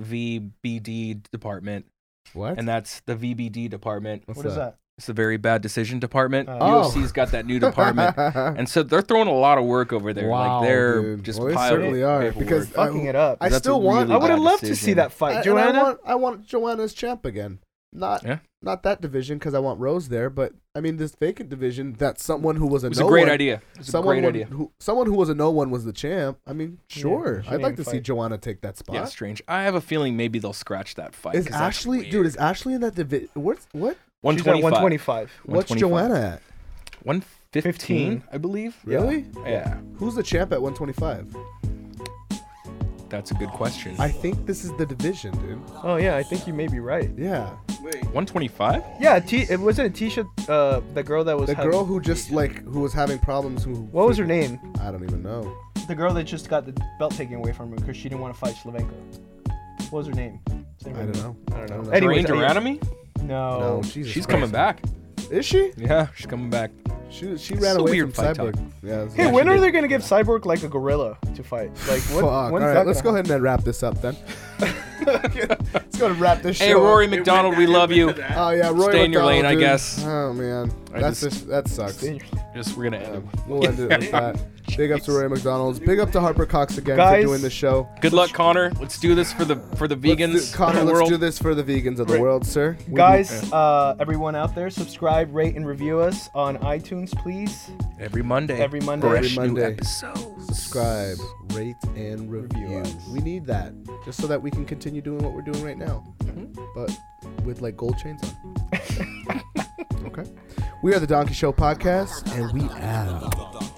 S3: VBD department,
S1: What?
S3: and that's the VBD department.
S1: What's
S6: What is that?
S3: It's the very bad decision department.
S6: Uh,
S1: Oh.
S3: UFC's got that
S1: <laughs>
S3: new department, and so they're throwing a lot of work over there.
S1: Wow,
S3: like they're
S1: dude.
S3: just
S1: Well, they
S3: piled with
S1: certainly are,
S3: paperwork.
S1: because I-
S6: Fucking it up.
S1: I
S3: That's a
S1: still want.
S3: really
S6: I would have
S3: bad
S6: loved to
S3: decision.
S6: see that
S1: I,
S6: fight,
S1: and
S6: Joanna.
S1: I want. I want Joanna as champ again. Not.
S3: Yeah.
S1: Not that division because I want Rose there, but I mean this vacant division. That's someone who was a
S3: it was
S1: no
S3: a great
S1: one.
S3: idea. It was a
S1: someone
S3: great
S1: who-
S3: idea.
S1: Who, someone who was a no one was the champ. I mean, sure,
S6: she
S1: I'd
S6: didn't
S1: like to see
S6: fight.
S1: Joanna take that spot.
S3: Yeah, strange. I have a feeling maybe they'll scratch that fight.
S1: Is
S3: 'cause that's
S1: Ashley,
S3: weird.
S1: dude? Is Ashley in that division? What's what?
S6: She's at
S3: 125.
S6: 125.
S1: What's
S3: 125.
S1: Joanna at?
S3: 115,
S6: Fifteen.
S3: I believe.
S1: Really?
S3: Yeah.
S1: Who's the champ at 125?
S3: That's a good question.
S1: I think this is the division, dude.
S6: Oh yeah, I think you may be right.
S1: Yeah.
S3: 125?
S6: Yeah, T. It wasn't Tisha, uh, the girl that was
S1: The
S6: having-
S1: girl who just like who was having problems who
S6: What was her name?
S1: I don't even know.
S6: The girl that just got the belt taken away from her because she didn't want to fight Slavenko. What was her name?
S1: I don't know. I don't know.
S6: Anyways,
S3: Rain Duranomy?
S6: No.
S1: No, Jesus
S3: Oh, She's
S1: Christ.
S3: coming back.
S1: Is she?
S3: Yeah, she's coming back.
S1: She she ran
S3: a
S1: away
S3: weird
S1: from
S3: fight
S1: Cyborg. Yeah.
S6: Hey,
S1: yeah,
S6: when
S1: she
S6: are
S1: did.
S6: they gonna give Cyborg like a gorilla to fight? Like what?
S1: Fuck. All
S6: when's
S1: right,
S6: that
S1: let's go
S6: gonna
S1: ahead and wrap this
S3: <laughs>
S1: up then. let's go ahead and wrap this show.
S3: Hey,
S1: up.
S3: Rory McDonald, we love you.
S1: Oh yeah, Roy.
S3: Stay in your
S1: McDonald,
S3: lane, I
S1: dude.
S3: guess.
S1: Oh man,
S3: I
S1: that's
S3: just-
S1: just, that sucks.
S6: happen?
S3: Just we're gonna end it.
S1: We'll end
S3: <laughs>
S1: it with that. Big up to Roy McDonald's. Big up to Harper Cox again
S6: Guys,
S1: for doing the show.
S3: Good luck, Connor. Let's do this for the for the vegans.
S1: Let's do, Connor,
S3: of the
S1: let's
S3: world.
S1: do this for the vegans of the world, sir. We-
S6: Guys, uh, everyone out there, subscribe, rate, and review us on iTunes, please.
S3: every Monday.
S6: Every Monday.
S3: fresh
S1: Every
S3: new
S1: Monday.
S3: episodes.
S1: subscribe, rate, and review.
S6: us.
S1: We need that just so that we can continue doing what we're doing right now, but with like gold chains <laughs> on. okay. We are the Donkey Show podcast, and we out.